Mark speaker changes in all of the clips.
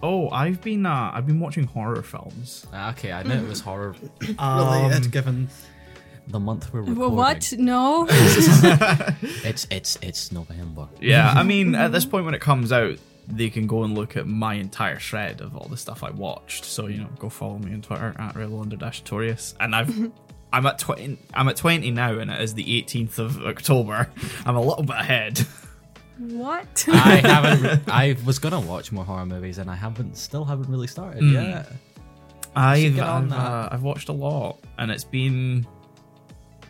Speaker 1: Oh, I've been uh, I've been watching horror films.
Speaker 2: Ah, Okay, I meant it was horror. Um,
Speaker 3: Related, given
Speaker 2: The month we're recording.
Speaker 4: Well, what? No.
Speaker 2: It's it's it's November.
Speaker 1: Yeah, I mean, at this point when it comes out, they can go and look at my entire shred of all the stuff I watched. So you know, go follow me on Twitter at real under dash Torius. And I've I'm at twenty I'm at twenty now, and it is the 18th of October. I'm a little bit ahead.
Speaker 4: what?
Speaker 1: Ah.
Speaker 2: I haven't. Re- I was gonna watch more horror movies, and I haven't. Still haven't really started yet.
Speaker 1: I've
Speaker 2: get on
Speaker 1: I've,
Speaker 2: that.
Speaker 1: uh, I've watched a lot, and it's been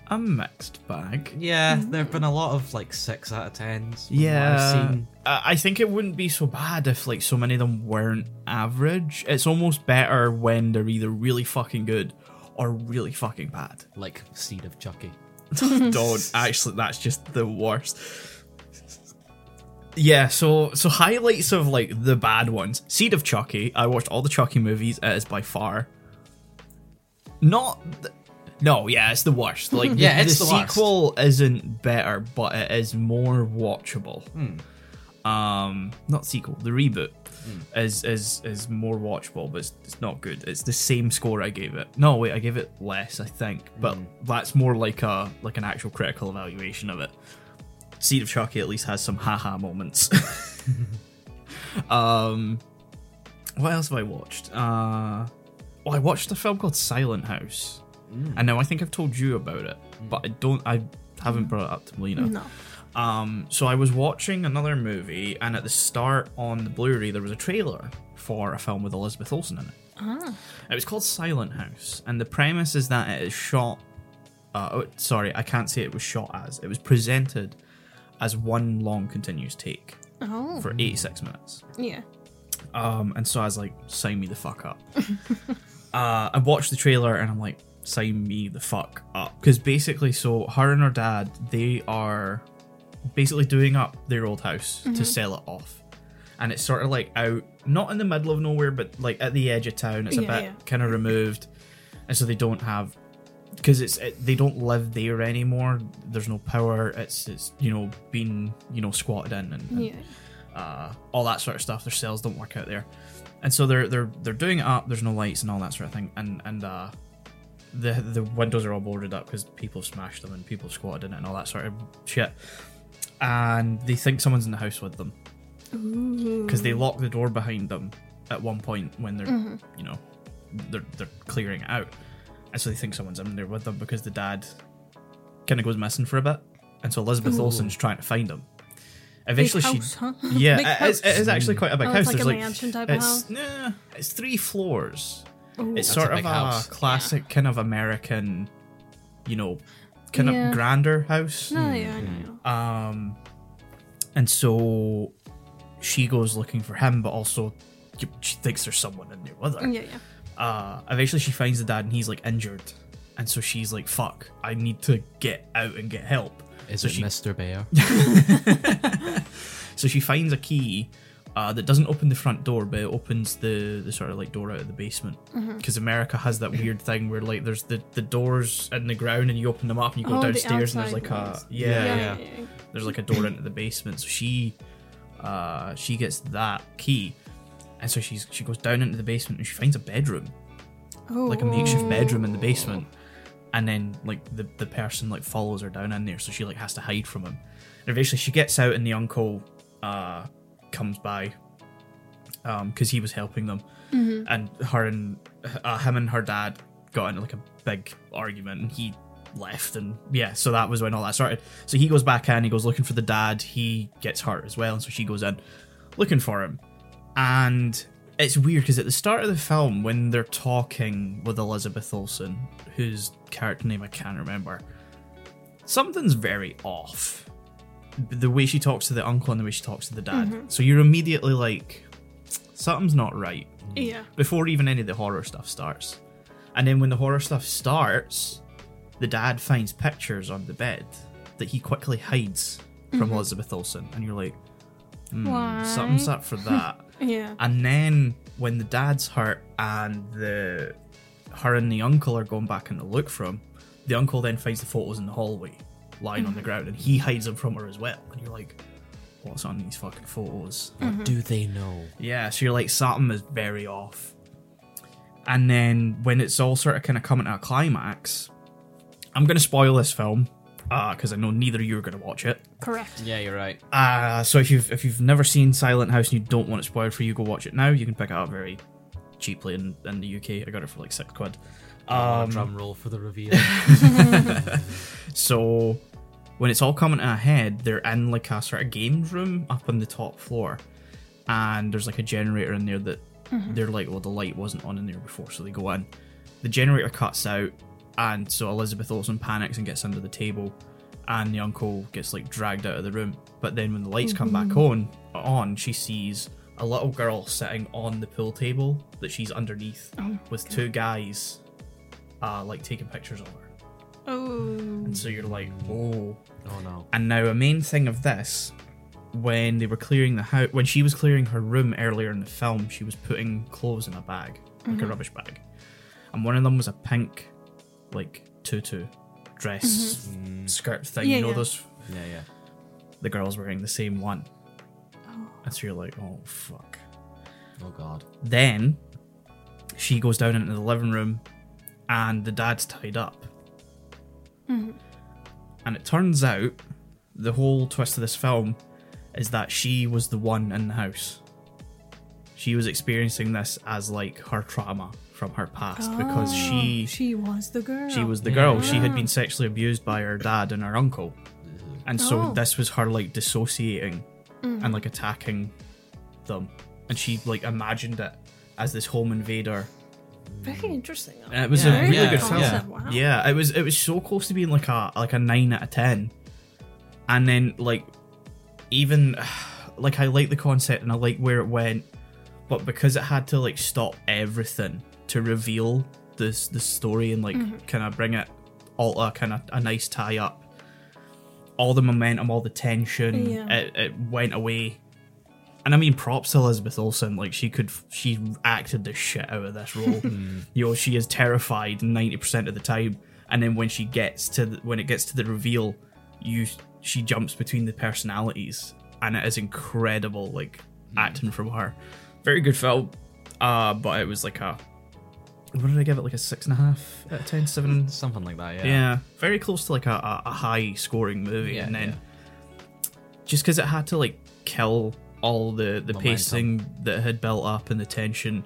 Speaker 1: a mixed bag.
Speaker 2: Yeah, there have been a lot of like six out of tens. from what I've
Speaker 1: Yeah,
Speaker 2: seen.
Speaker 1: I I think it wouldn't be so bad if like so many of them weren't average. It's almost better when they're either really fucking good or really fucking bad.
Speaker 2: like Seed of Chucky.
Speaker 1: Don't actually, that's just the worst. Yeah, so so highlights of like the bad ones. Seed of Chucky. I watched all the Chucky movies. It is by far not. th- no, yeah, it's the worst. Like,
Speaker 2: Yeah,
Speaker 1: the,
Speaker 2: it's
Speaker 1: the
Speaker 2: the worst.
Speaker 1: sequel isn't better, but it is more watchable.
Speaker 2: Hmm.
Speaker 1: Um, not sequel, the reboot is is is more watchable, but it's, it's not good. It's the same score I gave it. No, wait, I gave it less, I think, but
Speaker 2: Hmm.
Speaker 1: that's more like a like an actual critical evaluation of it. Seed of Chucky at least has some haha moments. um, what else have I watched? Uh, well, I watched a film called Silent House. I know I think I've told you about it, but I don't. I haven't brought it up to Melina.
Speaker 4: no.
Speaker 1: Um, so I was watching another movie, and at the start on the Blu-ray, there was a trailer for a film with Elizabeth Olsen in it. It was called Silent House, and the premise is that it is shot. Uh, oh, sorry, I can't say it was shot as. It was presented as one long continuous take
Speaker 4: Oh,
Speaker 1: for 86 minutes.
Speaker 4: yeah.
Speaker 1: Um, and so I was like, sign me the fuck up. uh, I watched the trailer and I'm like, sign me the fuck up. Because basically, so her and her dad, they are basically doing up their old house
Speaker 4: Mm-hmm.
Speaker 1: to sell it off. And it's sort of like out, not in the middle of nowhere, but like at the edge of town. It's a
Speaker 4: Yeah,
Speaker 1: bit
Speaker 4: yeah.
Speaker 1: kind of removed. And so they don't have. Because it's it, they don't live there anymore. There's no power. It's it's you know being you know squatted in and, and
Speaker 4: Yeah.
Speaker 1: uh, all that sort of stuff. Their cells don't work out there, and so they're they're they're doing it up. There's no lights and all that sort of thing, and and uh, the the windows are all boarded up because people have smashed them and people have squatted in it and all that sort of shit. And they think someone's in the house with them because they lock the door behind them at one point when they're you know they're they're clearing it out, and so they think someone's in there with them because the dad kind of goes missing for a bit, and so Elizabeth Olsen's trying to find him. Eventually,
Speaker 4: Big
Speaker 1: she
Speaker 4: house, huh?
Speaker 1: yeah,
Speaker 4: Big
Speaker 1: it is, it is actually quite a big
Speaker 4: Oh, it's
Speaker 1: house.
Speaker 4: like
Speaker 1: There's
Speaker 4: a mansion type of
Speaker 1: it's,
Speaker 4: house?
Speaker 1: Nah, it's three floors.
Speaker 4: Oh.
Speaker 1: it's
Speaker 2: That's
Speaker 1: sort
Speaker 2: a
Speaker 1: of
Speaker 2: big
Speaker 1: a
Speaker 2: house.
Speaker 1: classic kind of American, you know, kind
Speaker 4: Yeah. Hmm.
Speaker 1: of grander house.
Speaker 4: No, yeah, I know.
Speaker 1: Um, and so she goes looking for him, but also she thinks there's someone in there with her.
Speaker 4: yeah, yeah.
Speaker 1: Uh, eventually, she finds the dad, and he's like injured, and so she's like, "Fuck, I need to get out and get help."
Speaker 2: Is
Speaker 1: So
Speaker 2: it
Speaker 1: she-
Speaker 2: Mr. Bear?
Speaker 1: So she finds a key uh, that doesn't open the front door, but it opens the, the sort of like door out of the basement.
Speaker 4: Mm-hmm.
Speaker 1: Because America has that weird thing where like there's the, the doors in the ground and you open them up and you go
Speaker 4: Oh, the
Speaker 1: downstairs and there's like
Speaker 4: outside ones.
Speaker 1: a yeah,
Speaker 4: Yeah,
Speaker 1: yeah,
Speaker 4: yeah,
Speaker 2: Yeah.
Speaker 4: yeah.
Speaker 1: there's like a door into the basement. So she uh, she gets that key, and so she's she goes down into the basement and she finds a bedroom
Speaker 4: Oh,
Speaker 1: like a makeshift bedroom in the basement and then like the, the person like follows her down in there so she like has to hide from him and eventually she gets out and the uncle uh comes by um because he was helping them and her and uh, him and her dad got into like a big argument and he left and yeah so that was when all that started so he goes back in he goes looking for the dad he gets hurt as well and so she goes in looking for him and it's weird because at the start of the film, when they're talking with Elizabeth Olsen, whose character name I can't remember, something's very off. The way she talks to the uncle and the way she talks to the dad. So you're immediately like, something's not right
Speaker 4: Yeah.
Speaker 1: before even any of the horror stuff starts. And then when the horror stuff starts, the dad finds pictures on the bed that he quickly hides from Elizabeth Olsen. And you're like, Hmm,
Speaker 4: Why?
Speaker 1: something's up for that.
Speaker 4: Yeah.
Speaker 1: And then when the dad's hurt and the her and the uncle are going back in to look for him, the uncle then finds the photos in the hallway, lying on the ground, and he hides them from her as well. And you're like, what's on these fucking photos.
Speaker 2: What do they know?
Speaker 1: Yeah, so you're like, something is very off. And then when it's all sort of kind of coming to a climax, I'm going to spoil this film because I know neither of you are going to watch it.
Speaker 4: Correct.
Speaker 2: Yeah, you're right.
Speaker 1: Uh, so if you've if you've never seen Silent House and you don't want it spoiled for you, go watch it now. You can pick it up very cheaply in, in the UK. I got it for like six quid.
Speaker 2: Oh, drum roll for the reveal.
Speaker 1: So when it's all coming to a head, they're in like a sort of games room up on the top floor, and there's like a generator in there that they're like, well, the light wasn't on in there before, so they go in. The generator cuts out, and so Elizabeth Olsen panics and gets under the table, and the uncle gets like dragged out of the room. But then when the lights come back on, on she sees a little girl sitting on the pool table that she's underneath with two guys, uh, like taking pictures of her.
Speaker 4: Oh.
Speaker 1: And so you're like, oh.
Speaker 2: oh no.
Speaker 1: And now a main thing of this, when they were clearing the house, when she was clearing her room earlier in the film, she was putting clothes in a bag, like
Speaker 4: Mm-hmm.
Speaker 1: a rubbish bag, and one of them was a pink, like tutu, dress, skirt thing.
Speaker 4: Mm-hmm. Yeah,
Speaker 1: you know
Speaker 4: yeah.
Speaker 1: those.
Speaker 2: Mm, Yeah, yeah.
Speaker 1: The girls wearing the same one. And so you're like, oh fuck.
Speaker 2: Oh god.
Speaker 1: Then she goes down into the living room and the dad's tied up. And it turns out the whole twist of this film is that she was the one in the house. She was experiencing this as like her trauma from her past because she
Speaker 4: Oh, She was the girl.
Speaker 1: she was the girl. She had been sexually abused by her dad and her uncle. And so
Speaker 4: Oh. Mm.
Speaker 1: this was her like dissociating and like attacking them. And she like imagined it as this home invader.
Speaker 4: very interesting. though.
Speaker 1: And it was
Speaker 2: Yeah,
Speaker 1: a really good
Speaker 2: yeah, yeah.
Speaker 1: film.
Speaker 4: Concept, Wow.
Speaker 1: Yeah, it was it was so close to being like a like a nine out of ten. And then like even like I like the concept and I like where it went, but because it had to like stop everything to reveal this the story and like
Speaker 4: Mm-hmm.
Speaker 1: kind of bring it all a kind of a nice tie up. All the momentum, all the tension,
Speaker 4: Yeah.
Speaker 1: it, it went away. And I mean, props to Elizabeth Olsen. Like she could, she acted the shit out of this role. you know, she is terrified ninety percent of the time, and then when she gets to the, when it gets to the reveal, you she jumps between the personalities, and it is incredible. Like acting from her, very good film. Uh, but it was like a what did I give it? Like a six and a half out of ten, seven
Speaker 2: Something like that, yeah.
Speaker 1: yeah, very close to like a, a, a high scoring movie,
Speaker 2: Yeah,
Speaker 1: and then just because it had to like kill all the the
Speaker 2: Momentum.
Speaker 1: pacing that had built up and the tension,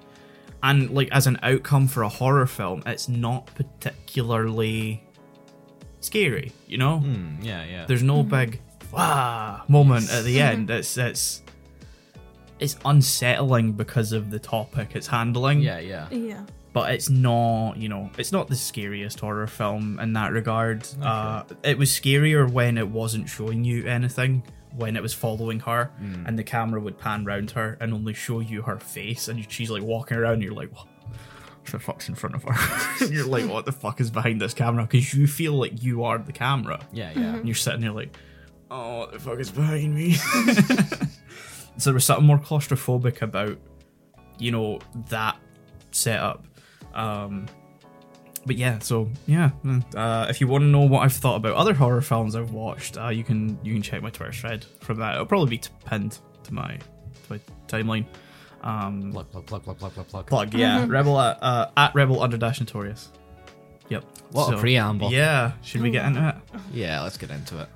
Speaker 1: and like as an outcome for a horror film, it's not particularly scary. You know,
Speaker 2: Hmm, yeah, yeah.
Speaker 1: there's no big wow moment at the end. It's it's it's unsettling because of the topic it's handling
Speaker 2: yeah, yeah.
Speaker 4: Yeah.
Speaker 1: but it's not you know it's not the scariest horror film in that regard uh, it was scarier when it wasn't showing you anything when it was following her and the camera would pan round her and only show you her face and she's like walking around and you're like what the fuck's in front of her and you're like what the fuck is behind this camera because you feel like you are the camera
Speaker 2: Yeah, yeah.
Speaker 1: and you're sitting there like, oh, what the fuck is behind me? so there was something more claustrophobic about, you know, that setup. Um, but yeah, so yeah, mm, uh, if you want to know what I've thought about other horror films I've watched, uh, you can you can check my Twitter thread from that. It'll probably be t- pinned to my to my timeline. Um,
Speaker 2: Plug, plug, plug, plug, plug, plug, plug.
Speaker 1: plug, yeah, rebel at, uh, at rebel under dash notorious. Yep.
Speaker 2: What a preamble.
Speaker 1: Yeah. Should we get into it?
Speaker 2: Yeah, let's get into it.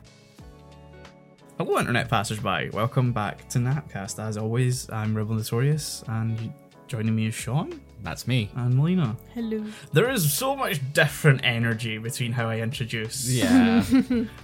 Speaker 1: Hello, internet passersby. Welcome back to Napcast. As always, I'm Rebel Notorious, and you- joining me is Sean
Speaker 2: That's me.
Speaker 1: and Melina.
Speaker 4: Hello.
Speaker 1: There is so much different energy between how I introduce
Speaker 2: Yeah.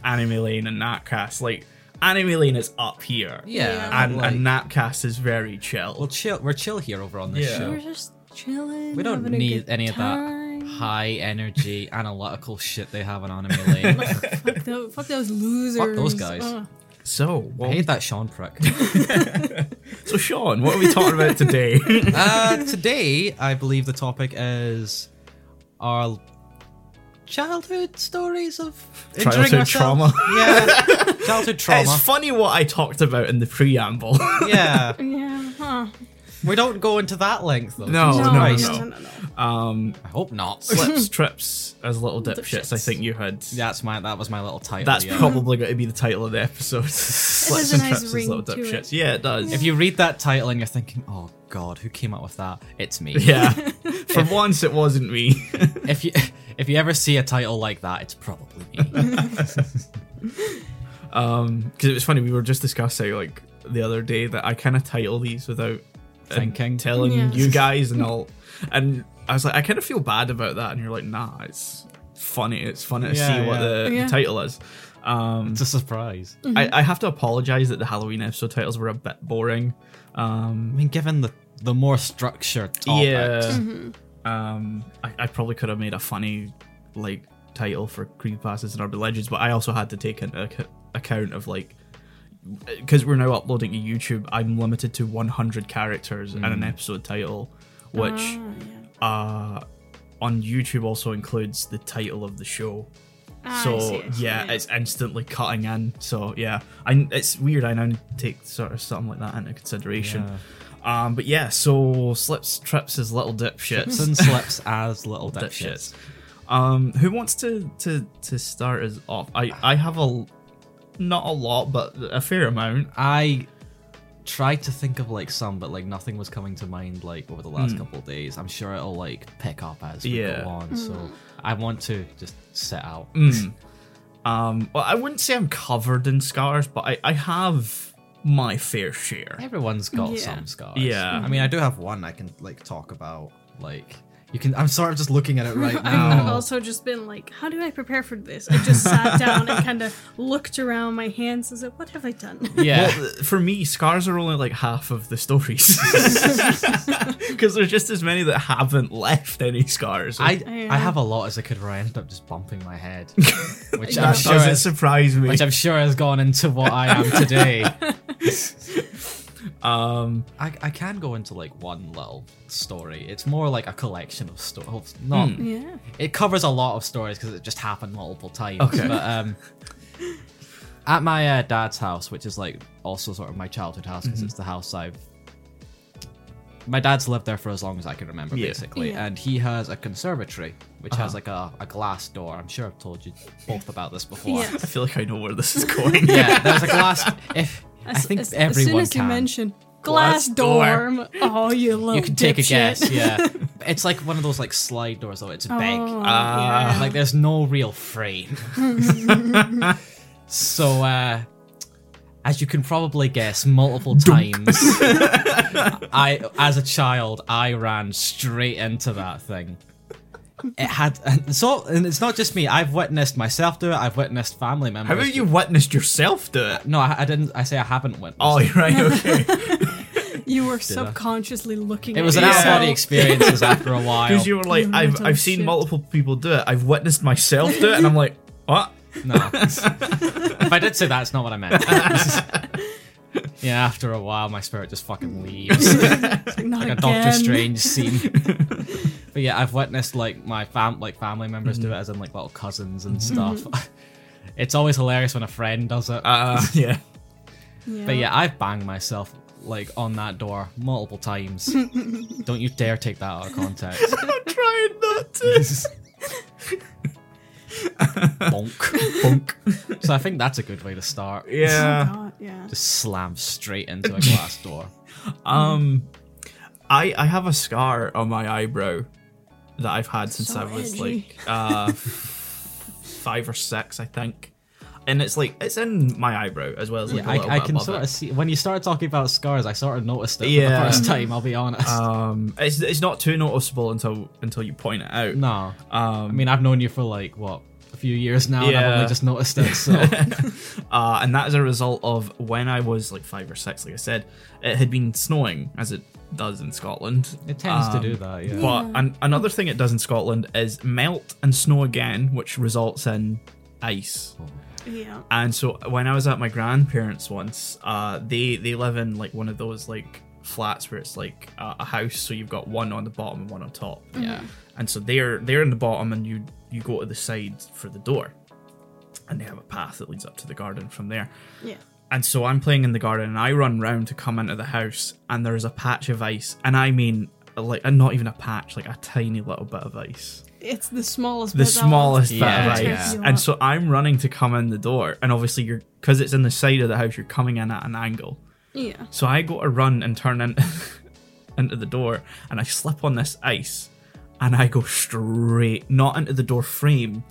Speaker 1: Anime Lane and Napcast. Like, Anime Lane is up here,
Speaker 4: Yeah.
Speaker 1: and,
Speaker 2: like-
Speaker 1: and Napcast is very chill.
Speaker 2: Well, chill. We're chill here over on this
Speaker 1: Yeah.
Speaker 2: show.
Speaker 4: We're just chilling.
Speaker 2: We don't
Speaker 4: having a
Speaker 2: need
Speaker 4: good
Speaker 2: any of
Speaker 4: time.
Speaker 2: that high energy analytical shit they have on Anime Lane.
Speaker 4: Fuck those, fuck those losers. Oh,
Speaker 2: those guys.
Speaker 4: Ugh.
Speaker 1: so,
Speaker 2: I
Speaker 1: well,
Speaker 2: hate that Sean prick.
Speaker 1: so Sean, what are we talking about today?
Speaker 2: uh, today, I believe the topic is our childhood stories of injuring
Speaker 1: Childhood
Speaker 2: ourselves.
Speaker 1: trauma.
Speaker 2: Yeah, childhood trauma.
Speaker 1: It's funny what I talked about in the preamble.
Speaker 2: yeah,
Speaker 4: Yeah. Huh.
Speaker 2: We don't go into that length though.
Speaker 1: No,
Speaker 2: Jesus
Speaker 1: Oh, no, no,
Speaker 2: Christ.
Speaker 1: no. Um,
Speaker 2: I hope not.
Speaker 1: slips, trips as little
Speaker 4: Little
Speaker 1: dipshits. I
Speaker 4: dipshits.
Speaker 1: think you had.
Speaker 2: That's my that was my little title.
Speaker 1: That's
Speaker 2: yeah.
Speaker 1: probably going to be the title of the episode. Slips
Speaker 4: a
Speaker 1: and
Speaker 4: nice
Speaker 1: trips as
Speaker 4: ring
Speaker 1: little
Speaker 4: to it.
Speaker 1: dipshits. Yeah, it does.
Speaker 2: If you read that title and you're thinking, "Oh God, who came up with that?" It's me.
Speaker 1: yeah, for once it wasn't me.
Speaker 2: If you if you ever see a title like that, it's probably me.
Speaker 1: Um, because it was funny. We were just discussing like the other day that I kind of title these without
Speaker 2: Thinking.
Speaker 1: and telling
Speaker 4: Yeah.
Speaker 1: you guys and all. And I was like, I kind of feel bad about that. And you're like, Nah, it's funny. It's funny to
Speaker 2: Yeah,
Speaker 1: see what
Speaker 2: yeah.
Speaker 1: the, the
Speaker 4: Yeah. Mm-hmm.
Speaker 1: title is. Um,
Speaker 2: it's a surprise. I
Speaker 1: I, I have to apologize that the Halloween episode titles were a bit boring. Um,
Speaker 2: mean, given the the more structured topics,
Speaker 1: Yeah.
Speaker 4: Mm-hmm.
Speaker 1: Um, I, I probably could have made a funny like title for creepypastas and urban legends, but I also had to take into ac- account of like because we're now uploading to YouTube. I'm limited to 100 characters and an episode title, which
Speaker 4: Ah.
Speaker 1: uh, on YouTube also includes the title of the show.
Speaker 4: Ah, I
Speaker 1: so
Speaker 4: see, I see,
Speaker 1: yeah,
Speaker 4: yeah.
Speaker 1: it's instantly cutting in. So yeah, I it's weird. I now take sort of something like that into consideration. Um, but yeah, so slips, trips is little
Speaker 2: Dips
Speaker 1: dipshits.
Speaker 2: and slips as little
Speaker 1: dipshits.
Speaker 2: dipshits.
Speaker 1: Um, who wants to to to start us off? I I have a l- not a lot, but a fair amount.
Speaker 2: I tried to think of like some, but like nothing was coming to mind like over the last couple of days. I'm sure it'll like pick up as we
Speaker 1: Hmm. Yeah.
Speaker 2: go on. So I want to just set out.
Speaker 1: Mm. um, well, I wouldn't say I'm covered in scars, but I I have my fair share.
Speaker 2: Everyone's got
Speaker 4: Yeah.
Speaker 2: some scars.
Speaker 1: Yeah.
Speaker 2: I mean, I do have one I can like talk about. Like you can. I'm sorry, I'm just looking at it right
Speaker 4: I've
Speaker 2: now.
Speaker 4: also just been like, how do I prepare for this? I just sat down and kind of looked around my hands and said, what have I done?
Speaker 2: yeah.
Speaker 1: Well, th- for me, scars are only like half of the stories because there's just as many that haven't left any scars.
Speaker 2: I,
Speaker 4: Yeah.
Speaker 2: I have a lot as a kid where I ended up just bumping my head, which I'm
Speaker 1: that
Speaker 2: sure
Speaker 1: doesn't
Speaker 2: has,
Speaker 1: surprise me.
Speaker 2: which I'm sure has gone into what I am today.
Speaker 1: um,
Speaker 2: I, I can go into like one little story. It's more like a collection of stories. Not
Speaker 4: yeah.
Speaker 2: it covers a lot of stories because it just happened multiple times.
Speaker 1: Okay.
Speaker 2: But um, at my uh, dad's house, which is like also sort of my childhood house because
Speaker 1: Mm-hmm.
Speaker 2: it's the house I've. My dad's lived there for as long as I can remember,
Speaker 1: Yeah. Uh-huh.
Speaker 2: basically,
Speaker 4: Yeah.
Speaker 2: and he has a conservatory which has like a, a glass door. I'm sure I've told you both about this before.
Speaker 4: Yeah.
Speaker 1: I feel like I know where this is going.
Speaker 2: Yeah, there's a glass. If I
Speaker 4: As-
Speaker 2: think
Speaker 4: as,
Speaker 2: everyone
Speaker 4: as soon as
Speaker 2: can.
Speaker 4: you mention
Speaker 1: Glass
Speaker 4: glass,
Speaker 1: door.
Speaker 4: dorm, oh, you love
Speaker 2: you can take a
Speaker 4: dipshit.
Speaker 2: guess. Yeah, it's like one of those like slide doors though. It's
Speaker 4: Oh,
Speaker 2: big.
Speaker 1: Ah.
Speaker 4: yeah.
Speaker 2: Like there's no real frame. so uh as you can probably guess, multiple times I as a child I ran straight into that thing. It had and so and it's not just me. I've witnessed myself do it. I've witnessed family members.
Speaker 1: Haven't you witnessed yourself do it?
Speaker 2: No, I, I didn't. I say I haven't witnessed.
Speaker 1: Oh, you're right. Okay.
Speaker 4: you were subconsciously looking.
Speaker 2: it
Speaker 4: at
Speaker 2: was an
Speaker 1: Yeah.
Speaker 2: out of body
Speaker 4: yourself.
Speaker 2: experiences after a while.
Speaker 1: Because you were like, I've,
Speaker 4: Mental
Speaker 1: I've seen
Speaker 4: shit.
Speaker 1: multiple people do it. I've witnessed myself do it, and I'm like, what?
Speaker 2: No. if I did say that, it's not what I meant. yeah, after a while, my spirit just fucking leaves.
Speaker 4: It's Not
Speaker 2: like a
Speaker 4: again.
Speaker 2: Doctor Strange scene. but yeah, I've witnessed like my fam, like family members do it, as in like little cousins and stuff. it's always hilarious when a friend does it.
Speaker 1: Uh, yeah.
Speaker 4: Yeah. Oh,
Speaker 2: but yeah, I've banged myself like on that door multiple times. Don't you dare take that out of context.
Speaker 1: I'm trying not to.
Speaker 2: Bonk.
Speaker 1: Bonk.
Speaker 2: So I think that's a good way to start.
Speaker 1: Yeah.
Speaker 4: God, yeah.
Speaker 2: Just slam straight into a glass door.
Speaker 1: Um, I I have a scar on my eyebrow that I've had since
Speaker 4: So
Speaker 1: I was
Speaker 4: edgy.
Speaker 1: like uh five or six, I think. And it's like it's in my eyebrow as well as like
Speaker 2: Yeah,
Speaker 1: a little
Speaker 2: I, I
Speaker 1: bit
Speaker 2: can
Speaker 1: above
Speaker 2: sort
Speaker 1: it.
Speaker 2: of see when you started talking about scars. I sort of noticed it for
Speaker 1: Yeah.
Speaker 2: the first time. I'll be honest.
Speaker 1: Um, it's it's not too noticeable until until you point it out.
Speaker 2: no,
Speaker 1: Um,
Speaker 2: I mean I've known you for like what a few years now, and I've
Speaker 1: Yeah.
Speaker 2: only just noticed it. So
Speaker 1: uh, and that is a result of when I was like five or six, like I said, it had been snowing as it does in Scotland.
Speaker 2: it tends
Speaker 1: Um,
Speaker 2: to do that. Yeah.
Speaker 1: But an- another thing it does in Scotland is melt and snow again, which results in ice.
Speaker 4: Yeah.
Speaker 1: And so when I was at my grandparents once, uh, they they live in like one of those like flats where it's like uh, a house, so you've got one on the bottom and one on top.
Speaker 2: yeah.
Speaker 1: And so they're they're in the bottom, and you you go to the side for the door, and they have a path that leads up to the garden from there.
Speaker 4: Yeah.
Speaker 1: And so I'm playing in the garden and I run round to come into the house and there is a patch of ice. And I mean, like, and not even a patch, like a tiny little bit of ice.
Speaker 4: It's the smallest.
Speaker 1: The
Speaker 4: bit that will-
Speaker 1: smallest
Speaker 2: Yeah,
Speaker 1: bit of
Speaker 2: yeah.
Speaker 1: ice.
Speaker 4: Yeah.
Speaker 1: And so I'm running to come in the door. And obviously, you're, because it's in the side of the house, you're coming in at an angle.
Speaker 4: Yeah.
Speaker 1: So I go to run and turn in, into the door, and I slip on this ice, and I go straight not into the door frame,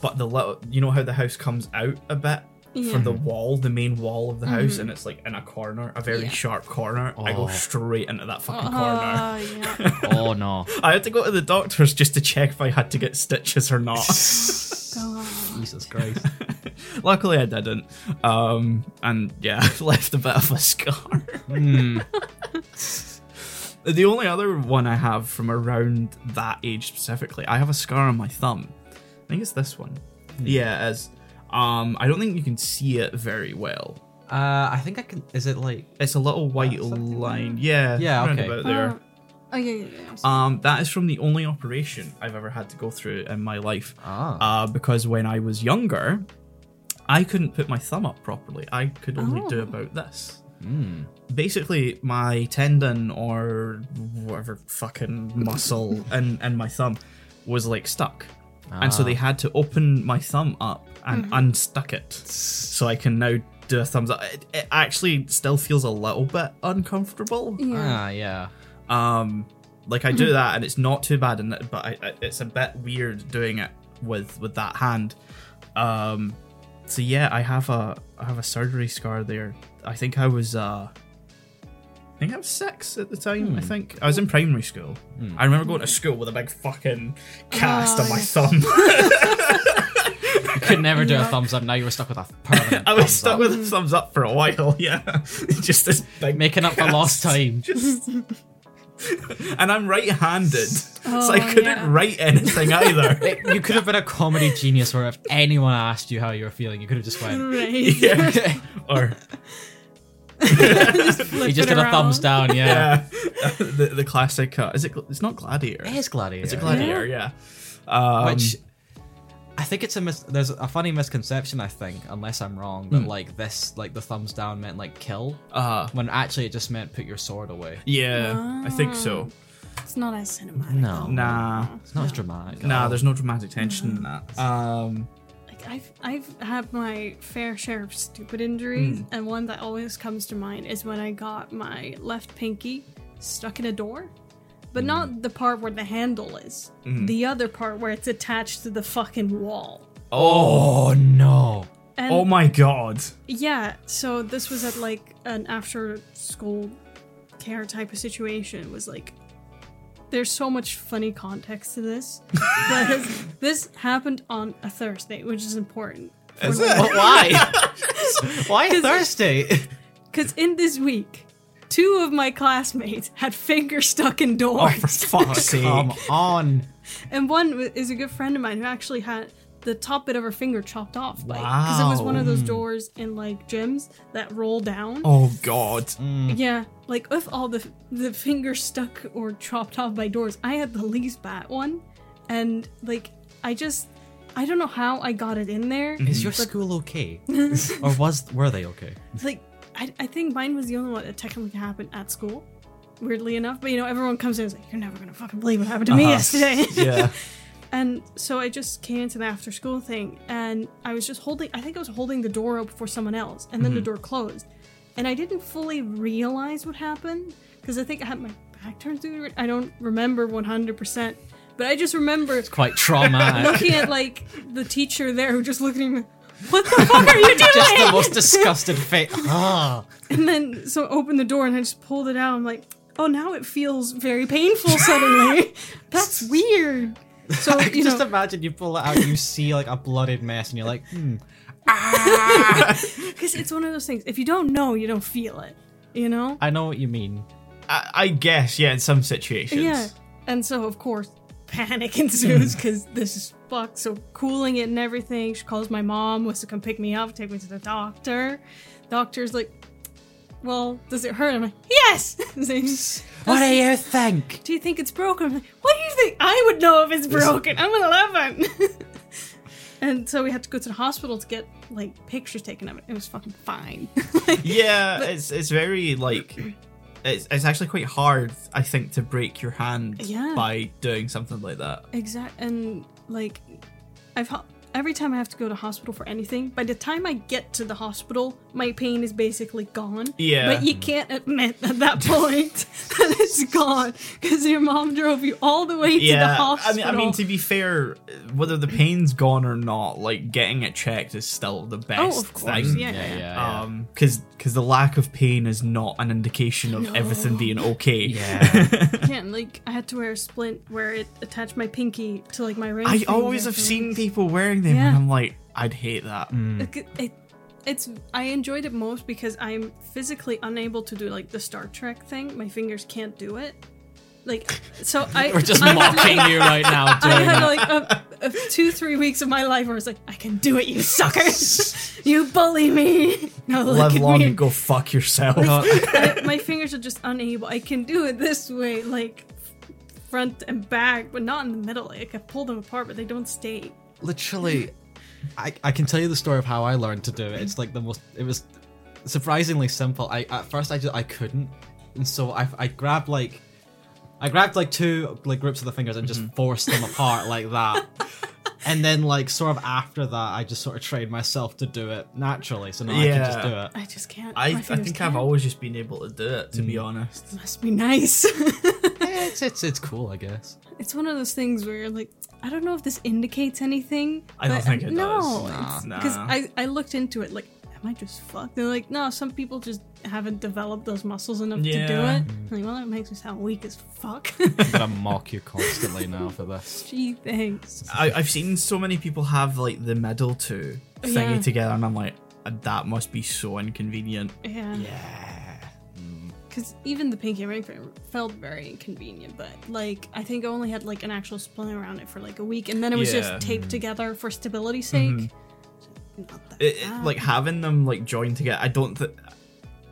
Speaker 1: but the little. You know how the house comes out a bit
Speaker 4: Yeah. Mm-hmm.
Speaker 1: from the wall, the main wall of the house, and it's like in a corner, a very
Speaker 4: Yeah.
Speaker 1: sharp corner. I go
Speaker 2: Oh.
Speaker 1: straight into that fucking corner.
Speaker 4: Uh, yeah.
Speaker 2: Oh no.
Speaker 1: I had to go to the doctor's just to check if I had to get stitches or not.
Speaker 4: God.
Speaker 2: Jesus Christ.
Speaker 1: Luckily, I didn't. Um, and yeah, I left a bit of a scar.
Speaker 2: Hmm.
Speaker 1: The only other one I have from around that age specifically, I have a scar on my thumb. I think it's this one.
Speaker 2: Hmm.
Speaker 1: Yeah, as um, I don't think you can see it very well.
Speaker 2: Uh, I think I can. Is it like?
Speaker 1: It's a little white
Speaker 2: That's something
Speaker 1: line. Yeah,
Speaker 2: Yeah,
Speaker 1: round
Speaker 2: okay.
Speaker 1: about there.
Speaker 4: Oh, yeah, yeah, yeah. So-
Speaker 1: Um, that is from the only operation I've ever had to go through in my life.
Speaker 2: Ah.
Speaker 1: Uh, because when I was younger, I couldn't put my thumb up properly. I could only do
Speaker 4: Oh.
Speaker 1: about this.
Speaker 2: Hmm.
Speaker 1: basically my tendon or whatever fucking muscle and and my thumb was like stuck and so
Speaker 2: Ah.
Speaker 1: they had to open my thumb up and
Speaker 4: Mm-hmm.
Speaker 1: unstuck it so i can now do a thumbs up it, it actually still feels a little bit uncomfortable
Speaker 4: yeah.
Speaker 2: Ah, yeah.
Speaker 1: um like i
Speaker 2: Mm-hmm.
Speaker 1: do that and it's not too bad and but I, I, it's a bit weird doing it with with that hand um so yeah i have a i have a surgery scar there i think i was uh i think i was six at the time
Speaker 2: Hmm.
Speaker 1: i think i was in primary school i remember going to school with a big fucking cast on my thumb
Speaker 2: You could never do a
Speaker 4: Yeah.
Speaker 2: thumbs up. Now you were stuck with a permanent.
Speaker 1: i was
Speaker 2: thumbs
Speaker 1: stuck
Speaker 2: up.
Speaker 1: with thumbs up for a while yeah just this big
Speaker 2: making up for lost time.
Speaker 1: just and i'm right-handed so i
Speaker 4: Oh,
Speaker 1: couldn't
Speaker 4: yeah.
Speaker 1: write anything either
Speaker 2: You could have been a comedy genius where if anyone asked you how you were feeling, you could have just went.
Speaker 4: Right.
Speaker 1: yeah or
Speaker 4: Flip
Speaker 2: You just
Speaker 4: it
Speaker 2: did a thumbs
Speaker 4: around.
Speaker 2: down, yeah.
Speaker 1: yeah the, the classic uh, is it gl- it's not gladiator
Speaker 2: It is Gladiator.
Speaker 1: it's a gladiator yeah, Um,
Speaker 2: Which I think it's a mis- there's a funny misconception I think, unless I'm wrong, that like this like the thumbs down meant like kill,
Speaker 1: uh
Speaker 2: when actually it just meant put your sword away.
Speaker 1: yeah i think so
Speaker 4: It's not as cinematic.
Speaker 2: No.
Speaker 1: nah
Speaker 2: It's not as dramatic. at
Speaker 1: nah
Speaker 2: all.
Speaker 1: there's no dramatic tension in that
Speaker 2: Ah.
Speaker 1: um
Speaker 4: Like I've I've had my fair share of stupid injuries,
Speaker 2: Hmm.
Speaker 4: and one that always comes to mind is when I got my left pinky stuck in a door,
Speaker 2: Hmm.
Speaker 4: but not the part where the handle is, the other part where it's attached to the fucking wall.
Speaker 2: Oh no.
Speaker 4: And
Speaker 1: oh my god
Speaker 4: yeah, so this was at like an after school care type of situation. It was like there's so much funny context to this, but this happened on a Thursday, which is important.
Speaker 1: Is
Speaker 4: We're
Speaker 1: it?
Speaker 2: But why? why Thursday?
Speaker 4: Because in this week, two of my classmates had fingers stuck in
Speaker 1: oh
Speaker 4: doors.
Speaker 1: for fuck's sake
Speaker 2: Come on.
Speaker 4: and one w- is a good friend of mine who actually had the top bit of her finger chopped off. Like, because it was one of those doors in like gyms that roll down.
Speaker 1: oh god
Speaker 4: Yeah, like with all the the fingers stuck or chopped off by doors, I had the least bad one, and like I just I don't know how I got it in there.
Speaker 2: Is your school okay? Hmm. or was were they okay?
Speaker 4: like I, I think mine was the only one that technically happened at school weirdly enough but you know everyone comes in and is like you're never gonna fucking believe what happened to me
Speaker 1: Uh-huh.
Speaker 4: yesterday
Speaker 1: yeah
Speaker 4: and so i just came into the after school thing and i was just holding i think i was holding the door open for someone else and
Speaker 2: Mm-hmm.
Speaker 4: then the door closed and i didn't fully realize what happened because i think i had my back turned to it i don't remember 100% but i just remember
Speaker 2: Quite traumatic.
Speaker 4: looking at like the teacher there who just looked at me what the fuck are you doing
Speaker 2: Just the most disgusted face. Ah.
Speaker 4: And then so I opened the door and I just pulled it out. I'm like, oh, now it feels very painful suddenly. That's weird. So
Speaker 2: I
Speaker 4: you
Speaker 2: can just
Speaker 4: know,
Speaker 2: imagine you pull it out, you see like a blooded mess, and you're like, hmm.
Speaker 4: because it's one of those things. If you don't know, you don't feel it. You know.
Speaker 2: I know what you mean.
Speaker 1: I, I guess yeah in some situations
Speaker 4: Yeah. And so of course panic ensues because this is fucked. So cooling it and everything. She calls my mom, wants to come pick me up, take me to the doctor. Doctor's like, well, does it hurt? I'm like, yes. He's like,
Speaker 2: What do you think?
Speaker 4: do you think it's broken? I'm like, what do you think? I would know if it's broken. I'm 11. And so we had to go to the hospital to get like pictures taken of it. It was fucking fine.
Speaker 1: yeah, it's it's very like it's it's actually quite hard, I think, to break your hand
Speaker 4: Yeah.
Speaker 1: by doing something like that.
Speaker 4: Exact and like I've ho- every time I have to go to hospital for anything, by the time I get to the hospital, my pain is basically gone.
Speaker 1: Yeah.
Speaker 4: But you can't admit at that point that it's gone because your mom drove you all the way to the
Speaker 1: Yeah, I mean,
Speaker 4: hospital.
Speaker 1: I mean, to be fair, whether the pain's gone or not, like getting it checked is still the best
Speaker 4: oh, of course,
Speaker 1: thing.
Speaker 4: yeah, yeah,
Speaker 2: yeah,
Speaker 4: yeah.
Speaker 2: yeah.
Speaker 1: Um, because because the lack of pain is not an indication of everything being okay.
Speaker 2: yeah.
Speaker 4: Yeah, and, like I had to wear a splint where it attached my pinky to like my ring.
Speaker 1: I
Speaker 4: finger
Speaker 1: always have
Speaker 4: for, like,
Speaker 1: seen people wearing them,
Speaker 4: Yeah.
Speaker 1: and I'm like, I'd hate that.
Speaker 2: Mm.
Speaker 4: Like, it, it's I enjoyed it most because I'm physically unable to do like the Star Trek thing. My fingers can't do it. Like so, I
Speaker 2: We're just
Speaker 4: I had,
Speaker 2: mocking
Speaker 4: like,
Speaker 2: you right now.
Speaker 4: I
Speaker 2: doing
Speaker 4: had
Speaker 2: that.
Speaker 4: like a, a two three weeks of my life where I was like, I can do it, you suckers! you bully me! Now look
Speaker 1: Live
Speaker 4: at
Speaker 1: long
Speaker 4: me.
Speaker 1: and go fuck yourself.
Speaker 4: I- my fingers are just unable. I can do it this way, like front and back, but not in the middle. Like I pull them apart, but they don't stay.
Speaker 2: literally I, I can tell you the story of how i learned to do it it's like the most it was surprisingly simple i at first i just i couldn't and so i, I grabbed like i grabbed like two like groups of the fingers and just forced them apart like that and then like sort of after that i just sort of trained myself to do it naturally so now i can just
Speaker 1: Yeah.
Speaker 2: do it
Speaker 4: I just can't.
Speaker 1: I,
Speaker 4: My
Speaker 1: I
Speaker 4: fingers
Speaker 1: think
Speaker 4: can't.
Speaker 1: I've always just been able to do it, to be
Speaker 2: Mm.
Speaker 1: honest.
Speaker 4: must be nice.
Speaker 2: Yeah, it's, it's it's cool i guess
Speaker 4: It's one of those things where you're like, I don't know if this indicates anything.
Speaker 1: I don't
Speaker 4: but-
Speaker 1: think it
Speaker 4: no,
Speaker 1: does. Nah.
Speaker 4: Because
Speaker 1: Nah.
Speaker 4: I, I looked into it, like, am I just fucked? They're like, no, some people just haven't developed those muscles enough to do
Speaker 1: Yeah.
Speaker 4: it. I'm like, well, that makes me sound weak as fuck.
Speaker 2: i'm gonna mock you constantly now for this
Speaker 4: Gee, thanks.
Speaker 1: I, I've seen so many people have like the middle two thingy
Speaker 4: Yeah.
Speaker 1: together, and I'm like, that must be so inconvenient.
Speaker 4: Yeah.
Speaker 2: yeah
Speaker 4: Because even the pinky ring finger felt very inconvenient, but, like, I think I only had, like, an actual splint around it for, like, a week, and then it was
Speaker 1: Yeah. Mm-hmm.
Speaker 4: just taped together for stability's sake. Not that
Speaker 1: It, it-
Speaker 4: bad.
Speaker 1: like having them like joined together, I don't think.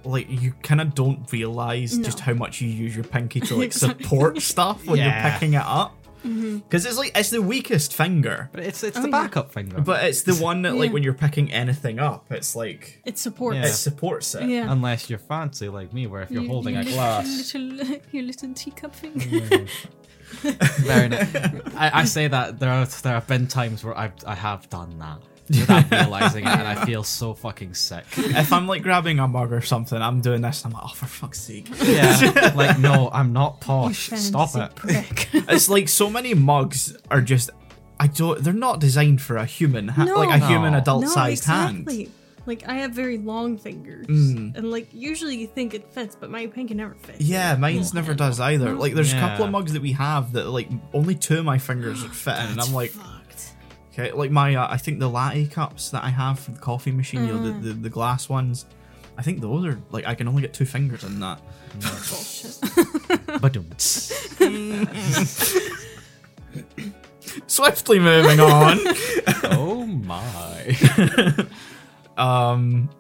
Speaker 1: Like you kind of don't realize
Speaker 4: No.
Speaker 1: just how much you use your pinky to like
Speaker 4: Exactly. Mm-hmm.
Speaker 1: support stuff when you're
Speaker 2: Yeah.
Speaker 1: picking it up, because it's like it's the weakest finger,
Speaker 2: but it's it's
Speaker 4: Oh,
Speaker 2: the
Speaker 4: yeah.
Speaker 2: backup finger
Speaker 1: but it's the one that like
Speaker 4: Yeah.
Speaker 1: when you're picking anything up, it's like
Speaker 4: it supports.
Speaker 1: it supports it.
Speaker 4: yeah.
Speaker 2: Unless you're fancy like me, where if you're
Speaker 4: You-
Speaker 2: holding
Speaker 4: you
Speaker 2: a
Speaker 4: little-
Speaker 2: glass.
Speaker 4: Little, your little teacup finger.
Speaker 2: Very nice. I, I say that there are there have been times where I've I have done that without realizing it, and I feel so fucking sick.
Speaker 1: if I'm like grabbing a mug or something, I'm doing this. And I'm like, oh for fuck's sake.
Speaker 2: Yeah, like no, I'm not
Speaker 4: You
Speaker 2: posh. Stop
Speaker 4: fancy
Speaker 2: it.
Speaker 4: prick.
Speaker 1: it's like so many mugs are just I don't they're not designed for a human ha-
Speaker 4: No.
Speaker 1: like a human
Speaker 2: No.
Speaker 1: adult
Speaker 4: no,
Speaker 1: sized hand.
Speaker 4: exactly. Like I have very long fingers,
Speaker 1: Mm.
Speaker 4: and like usually you think it fits, but my pinky never fits.
Speaker 1: Yeah, mine's never does either. Like there's a couple of
Speaker 2: Yeah.
Speaker 1: mugs that we have that like only two of my fingers would fit in and I'm like
Speaker 4: fucked.
Speaker 1: okay, like my uh, I think the latte cups that I have for the coffee machine, you know, the, the the glass ones. I think those are like I can only get two fingers in that.
Speaker 2: But
Speaker 1: Swiftly moving on.
Speaker 2: oh my.
Speaker 1: Um,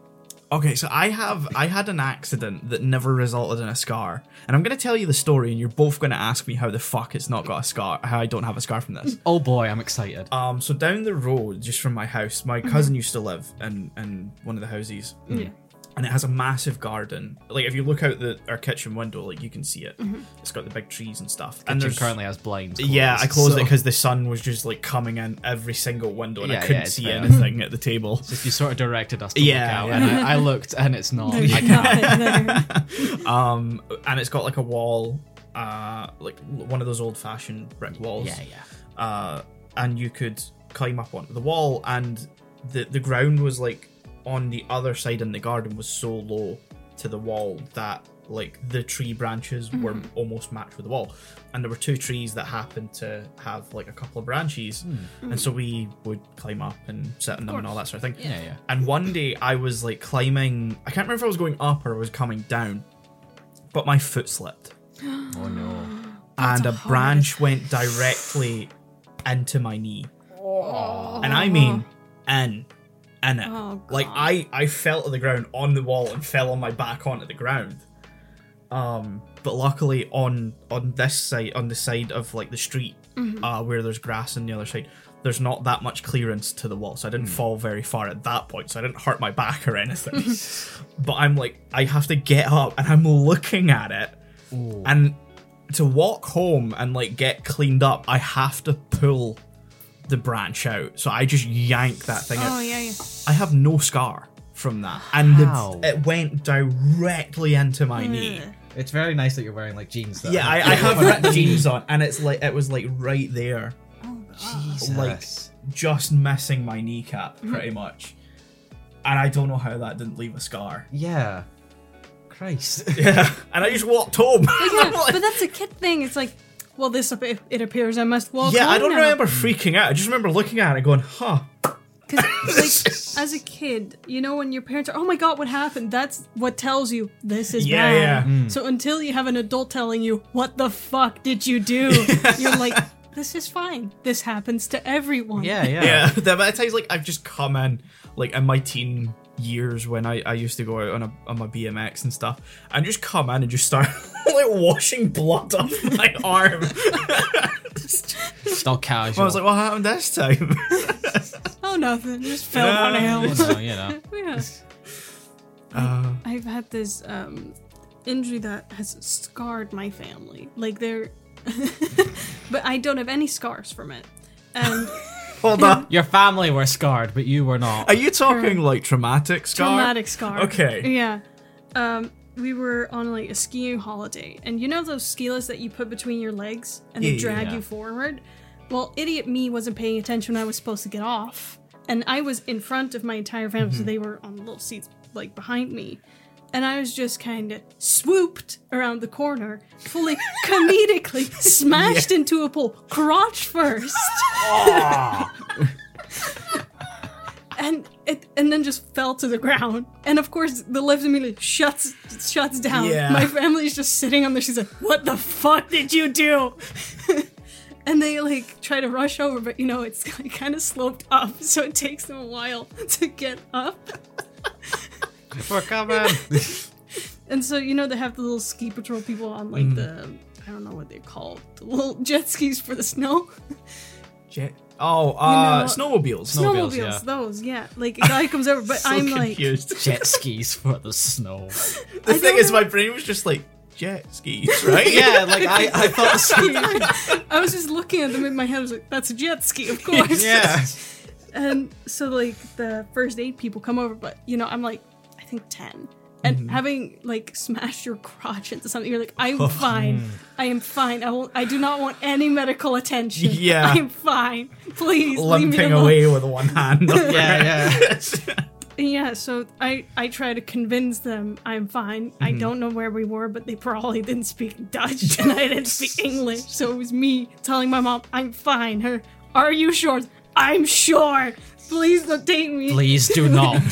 Speaker 1: okay, so I have I had an accident that never resulted in a scar, and I'm gonna tell you the story, and you're both gonna ask me how the fuck it's not got a scar, how I don't have a scar from this.
Speaker 2: Oh boy, I'm excited.
Speaker 1: Um, so down the road, just from my house, my cousin used to live in in one of the houses,
Speaker 4: Yeah.
Speaker 2: Mm.
Speaker 1: and it has a massive garden. Like if you look out the our kitchen window, like you can see it. It's got the big trees and stuff. and
Speaker 2: And Jim
Speaker 1: there's
Speaker 2: currently has blinds.
Speaker 1: yeah, I closed it
Speaker 2: so-
Speaker 1: because the sun was just like coming in every single window, and
Speaker 2: Yeah,
Speaker 1: I
Speaker 2: yeah,
Speaker 1: couldn't
Speaker 2: it's
Speaker 1: see
Speaker 2: fair.
Speaker 1: anything at the table.
Speaker 2: If you sort of directed us to look
Speaker 1: Yeah,
Speaker 2: out,
Speaker 1: yeah.
Speaker 2: and I, I looked, and it's not.
Speaker 4: There's
Speaker 2: I can't.
Speaker 4: nothing there.
Speaker 1: um, and it's got like a wall, uh, like one of those old-fashioned brick walls.
Speaker 2: Yeah, yeah.
Speaker 1: Uh, and you could climb up onto the wall, and the the ground was like on the other side, and the garden was so low to the wall that like the tree branches were almost matched with the wall, and there were two trees that happened to have like a couple of branches, and so we would climb up and sit on them and all that sort of thing.
Speaker 2: Yeah, yeah.
Speaker 1: And one day I was like climbing. I can't remember if I was going up or I was coming down, but my foot slipped
Speaker 2: Oh no.
Speaker 1: and a
Speaker 4: hard.
Speaker 1: branch went directly into my knee. And I mean, in, in it.
Speaker 4: Oh,
Speaker 1: like
Speaker 4: God.
Speaker 1: I, I fell to the ground on the wall and fell on my back onto the ground. Um, but luckily
Speaker 4: Mm-hmm.
Speaker 1: on on this side, on the side of like the street, uh, where there's grass on the other side, there's not that much clearance to the wall, so I didn't fall very far at that point, so I didn't hurt my back or anything. but I'm like, I have to get up and I'm looking at it. And to walk home and like get cleaned up, I have to pull the branch out. So I just yank that thing out.
Speaker 4: Oh yeah, yeah.
Speaker 1: I have no scar from that. And
Speaker 2: How?
Speaker 1: the, it went directly into my knee.
Speaker 4: Ugh.
Speaker 2: It's very nice that you're wearing like jeans. Though.
Speaker 1: Yeah, I, I have red jeans on, and it's like it was like right there,
Speaker 4: Oh, God.
Speaker 2: Jesus.
Speaker 1: like just missing my kneecap,
Speaker 4: Mm-hmm.
Speaker 1: pretty much. And I don't know how that didn't leave a scar.
Speaker 2: yeah. Christ.
Speaker 1: Yeah, and I just walked home.
Speaker 4: But, yeah,
Speaker 1: I'm like-
Speaker 4: but that's a kid thing. It's like, well, this ap- it appears I must walk.
Speaker 1: yeah, I
Speaker 4: home
Speaker 1: don't
Speaker 4: now.
Speaker 1: remember freaking out. I just remember looking at it, and going, "Huh."
Speaker 4: Because, like, as a kid, you know, when your parents are, oh my god, what happened? That's what tells you this is
Speaker 1: Yeah,
Speaker 4: bad.
Speaker 1: yeah.
Speaker 4: So until you have an adult telling you, what the fuck did you do? You're like, this is fine. This happens to everyone.
Speaker 2: Yeah, yeah.
Speaker 1: Yeah, the amount of times like I've just come in, like in my teen years when I, I used to go out on a on my BMX and stuff, and just come in and just start like washing blood off my arm.
Speaker 2: Just all casual.
Speaker 1: I was like, "What happened this time?"
Speaker 4: Oh, nothing. Just fell
Speaker 1: Yeah.
Speaker 4: down a hill.
Speaker 2: So, you know.
Speaker 4: Yeah.
Speaker 1: Uh,
Speaker 4: I've had this um, injury that has scarred my family. Like, they're. but I don't have any scars from it. And
Speaker 1: hold on.
Speaker 2: Your family were scarred, but you were not.
Speaker 1: Are you talking like traumatic scar?
Speaker 4: traumatic scar.
Speaker 1: Okay.
Speaker 4: Yeah. Um, we were on like a skiing holiday, and you know those ski lifts that you put between your legs and
Speaker 1: Yeah,
Speaker 4: they
Speaker 1: yeah,
Speaker 4: drag
Speaker 2: yeah.
Speaker 4: you forward. Well, idiot me wasn't paying attention when I was supposed to get off, and I was in front of my entire family, so they were on little seats like behind me. And I was just kind of swooped around the corner, fully comedically smashed into a pole, crotch first. and it, and then just fell to the ground. And of course, the lift immediately shuts shuts down.
Speaker 1: Yeah.
Speaker 4: My family's just sitting on there. She's like, "What the fuck did you do?" and they like try to rush over, but you know it's kind of sloped up, so it takes them a while to get up.
Speaker 2: We're coming.
Speaker 4: And so you know they have the little ski patrol people on
Speaker 1: Mm-hmm.
Speaker 4: like the I don't know what they're called, the little jet skis for the snow.
Speaker 1: Jet- oh, uh,
Speaker 4: know-
Speaker 1: snowmobiles.
Speaker 2: Snow- Snowmobiles,
Speaker 4: Snowmobiles,
Speaker 2: yeah.
Speaker 4: those, yeah. Like a guy comes over, but
Speaker 1: So
Speaker 4: I'm like,
Speaker 1: confused.
Speaker 2: Jet skis for the snow.
Speaker 1: the
Speaker 4: I
Speaker 1: thing
Speaker 4: don't
Speaker 1: is,
Speaker 4: know.
Speaker 1: my brain was just like jet skis, right?
Speaker 2: yeah, like I, I thought.
Speaker 4: I was just looking at them in my head. I was like, that's a jet ski, of course.
Speaker 2: yeah.
Speaker 4: And so, like, the first aid people come over, but, you know, I'm like, I think 10. And
Speaker 1: Mm-hmm.
Speaker 4: having, like, smashed your crotch into something, you're like,
Speaker 1: Oh,
Speaker 4: I'm
Speaker 1: mm.
Speaker 4: fine. I am fine. I, will, I do not want any medical attention.
Speaker 1: Yeah.
Speaker 4: I'm fine. Please. leave me
Speaker 1: limping
Speaker 4: alone.
Speaker 1: away with one hand.
Speaker 2: Yeah,
Speaker 4: And yeah, so I, I try to convince them I'm fine. I
Speaker 1: Mm-hmm.
Speaker 4: don't know where we were, but they probably didn't speak Dutch and I didn't speak English. So it was me telling my mom, I'm fine. Her, are you sure? I'm sure. Please don't take me.
Speaker 2: Please do not.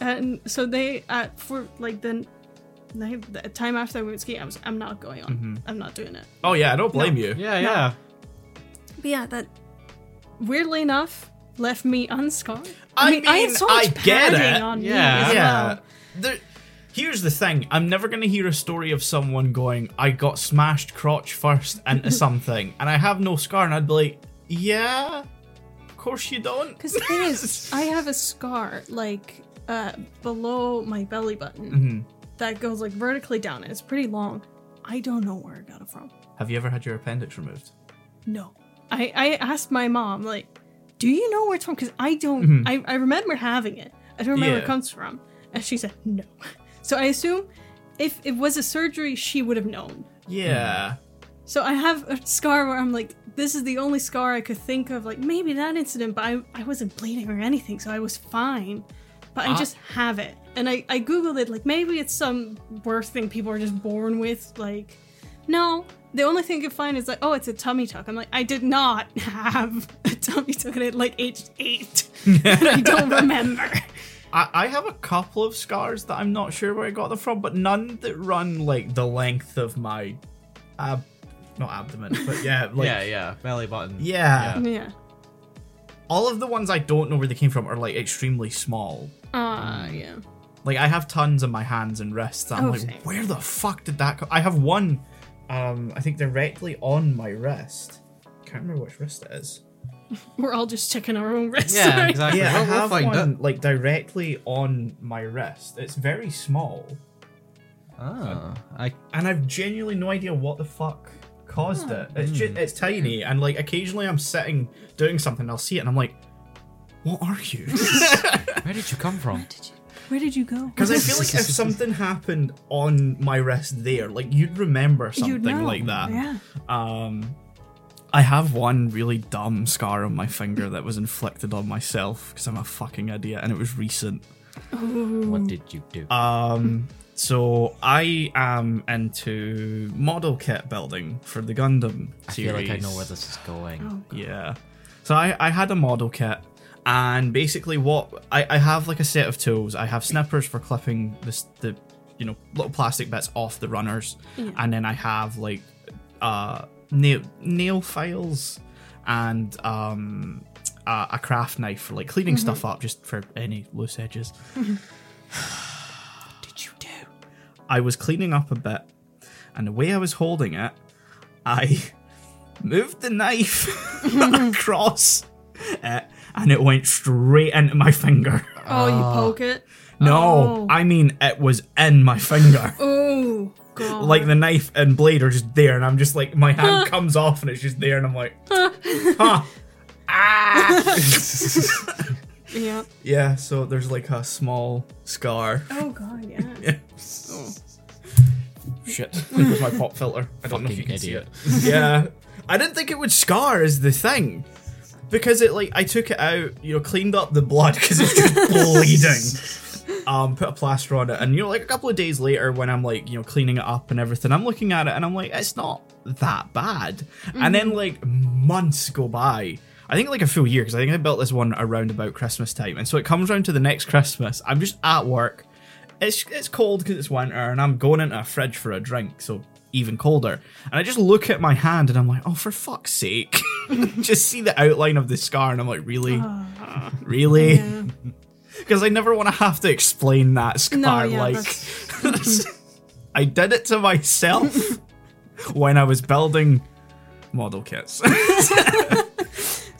Speaker 4: And so they, uh, for like the, night- the time after I went skiing, I was, I'm not going on.
Speaker 1: Mm-hmm.
Speaker 4: I'm not doing it.
Speaker 1: Oh yeah, I don't blame you.
Speaker 2: Yeah, yeah.
Speaker 4: But yeah, that, weirdly enough, left me unscarred.
Speaker 1: I
Speaker 4: I had
Speaker 1: mean,
Speaker 4: so much
Speaker 1: I get it.
Speaker 4: padding on me
Speaker 2: Yeah.
Speaker 4: as
Speaker 1: yeah.
Speaker 4: well.
Speaker 1: There- here's the thing: I'm never going to hear a story of someone going, "I got smashed crotch first into something, and I have no scar," and I'd be like, "Yeah, of course you don't."
Speaker 4: Because the thing is, I have a scar like uh, below my belly button that goes like vertically down, and it's pretty long. I don't know where I got it from.
Speaker 1: Have you ever had your appendix removed?
Speaker 4: No, I I asked my mom like, "Do you know where it's from?" Because I don't. I I remember having it. I don't remember where
Speaker 1: Yeah.
Speaker 4: it comes from, and she said no. So I assume if it was a surgery, she would have known.
Speaker 1: Yeah.
Speaker 4: So I have a scar where I'm like, this is the only scar I could think of. Like maybe that incident, but I, I wasn't bleeding or anything, so I was fine. But
Speaker 1: Uh-huh.
Speaker 4: I just have it, and I I googled it. Like maybe it's some worse thing people are just born with. Like, no, the only thing I could find is like, oh, it's a tummy tuck. I'm like, I did not have a tummy tuck at like age eight, and I don't remember.
Speaker 1: I, I have a couple of scars that I'm not sure where I got them from, but none that run like the length of my ab, not abdomen, but yeah, like
Speaker 2: yeah, yeah. Belly button.
Speaker 1: yeah.
Speaker 4: yeah.
Speaker 1: All of the ones I don't know where they came from are like extremely small.
Speaker 4: Ah, yeah.
Speaker 1: Like I have tons on my hands and wrists. that I'm
Speaker 4: Oh,
Speaker 1: like,
Speaker 4: same.
Speaker 1: where the fuck did that come? I have one, um, I think directly on my wrist. Can't can't remember which wrist it is.
Speaker 4: We're all just checking our own wrists.
Speaker 2: Yeah,
Speaker 4: right?
Speaker 2: exactly.
Speaker 1: Yeah, I
Speaker 2: We'll- we'll
Speaker 1: have
Speaker 2: find
Speaker 1: one
Speaker 2: it.
Speaker 1: like directly on my wrist. It's very small,
Speaker 2: Ah, I
Speaker 1: and I've genuinely no idea what the fuck caused
Speaker 4: Oh.
Speaker 1: it. It's just it's tiny, and like occasionally I'm sitting doing something, and I'll see it, and I'm like, "What are you?"
Speaker 2: where did you come from?
Speaker 4: Where did you go?
Speaker 1: Because I feel like if something happened on my wrist there, like you'd remember something
Speaker 4: You'd know.
Speaker 1: like that.
Speaker 4: Yeah.
Speaker 1: Um, I have one really dumb scar on my finger that was inflicted on myself because I'm a fucking idiot, and it was recent.
Speaker 2: What did you do?
Speaker 1: Um, so I am into model kit building for the Gundam
Speaker 2: I
Speaker 1: series.
Speaker 2: feel like I know where this is going.
Speaker 4: Oh,
Speaker 1: Yeah. So I, I had a model kit, and basically what I, I have like a set of tools. I have snippers for clipping this the you know little plastic bits off the runners, and then I have like uh nail nail files and um a, a craft knife for like cleaning stuff up just for any loose edges.
Speaker 2: Did you do?
Speaker 1: I was cleaning up a bit, and the way I was holding it, I moved the knife across it, and it went straight into my finger.
Speaker 4: oh you
Speaker 1: Ah.
Speaker 4: poke it.
Speaker 1: No,
Speaker 4: Oh.
Speaker 1: I mean it was in my finger.
Speaker 4: Oh god.
Speaker 1: Like the knife and blade are just there, and I'm just like, my hand comes off, and it's just there, and I'm like, huh. Ah.
Speaker 4: yeah.
Speaker 1: yeah, so there's like a small scar.
Speaker 4: Oh god. Yeah.
Speaker 1: Shit, there goes my pop filter. I don't know if you can
Speaker 2: Fucking idiot.
Speaker 1: see it. Yeah, I didn't think it would scar is the thing, because it like I took it out, you know, cleaned up the blood because it's just bleeding. Um, put a plaster on it, and you know, like a couple of days later, when I'm like, you know, cleaning it up and everything, I'm looking at it and I'm like, it's not that bad. And then like months go by. I think like a full year because I think I built this one around about Christmas time, and so it comes round to the next Christmas. I'm just at work it's it's cold because it's winter, and I'm going into a fridge for a drink, so even colder. And I just look at my hand, and I'm like, oh, for fuck's sake! just see the outline of the scar, and I'm like, really, really,
Speaker 4: Uh-huh. Ah, Yeah.
Speaker 1: because I never want to have to explain that scar.
Speaker 4: yeah,
Speaker 1: like, I did it to myself when I was building model kits.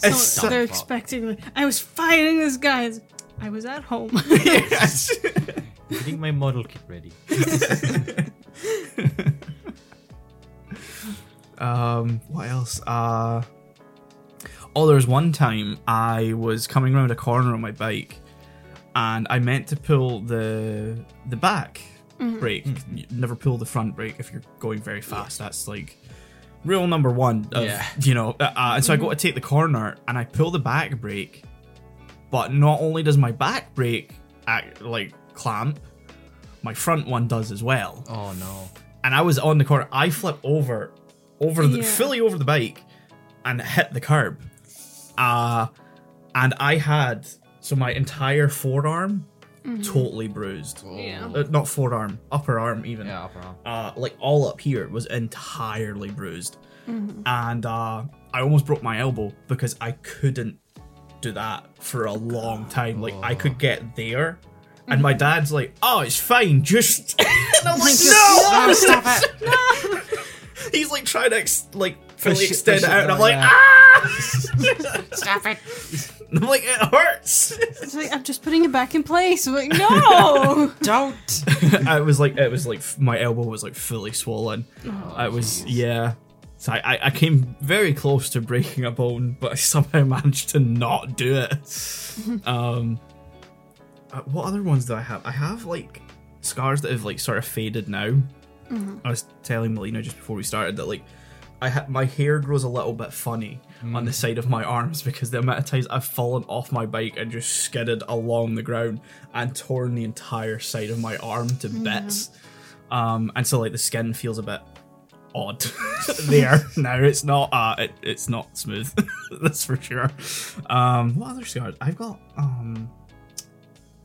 Speaker 1: It's
Speaker 4: So
Speaker 1: so-
Speaker 4: they're expecting. Like, I was fighting this guy. It's- I was at home.
Speaker 1: Yes.
Speaker 2: Getting my model kit ready.
Speaker 1: Um, what else? Uh, oh, there was one time I was coming around a corner on my bike, and I meant to pull the the back brake. You never pull the front brake if you're going very fast. That's like rule number one. Of,
Speaker 2: Yeah.
Speaker 1: You know, uh, uh, and so I go to take the corner, and I pull the back brake, but not only does my back brake act, like clamp, my front one does as well
Speaker 2: Oh no.
Speaker 1: and I was on the corner. I flip over, over the
Speaker 4: Yeah.
Speaker 1: fully over the bike, and hit the curb. Uh and I had so my entire forearm totally bruised.
Speaker 4: Yeah.
Speaker 1: Uh, not forearm, upper arm even.
Speaker 2: Yeah, bro.
Speaker 1: Uh, like all up here was entirely bruised, and uh, I almost broke my elbow because I couldn't do that for a long time. Like I could get there, and my dad's like, "Oh, it's fine, just." and I'm like, "No,
Speaker 2: No, stop it!
Speaker 1: He's like trying to ex- like fully
Speaker 2: Push it-
Speaker 1: extend
Speaker 2: push
Speaker 1: it
Speaker 2: it
Speaker 1: out, and I'm
Speaker 2: out,
Speaker 1: like,
Speaker 2: yeah.
Speaker 1: ah!
Speaker 2: Stop it!
Speaker 1: I'm like, it hurts.
Speaker 4: It's like, I'm just putting it back in place. I'm like, no.
Speaker 2: Don't!
Speaker 1: I was like, it was like f- my elbow was like fully swollen. I
Speaker 2: Oh,
Speaker 1: was, yeah. So I, I, I came very close to breaking a bone, but I somehow managed to not do it. um, uh, what other ones do I have? I have like scars that have like sort of faded now. I was telling Melina just before we started that like I ha- my hair grows a little bit funny on the side of my arms because the amount of times I've fallen off my bike and just skidded along the ground and torn the entire side of my arm to bits. Um, and so like the skin feels a bit odd there now. It's not uh, it, it's not smooth. that's for sure. Um, what other scars? I've got um,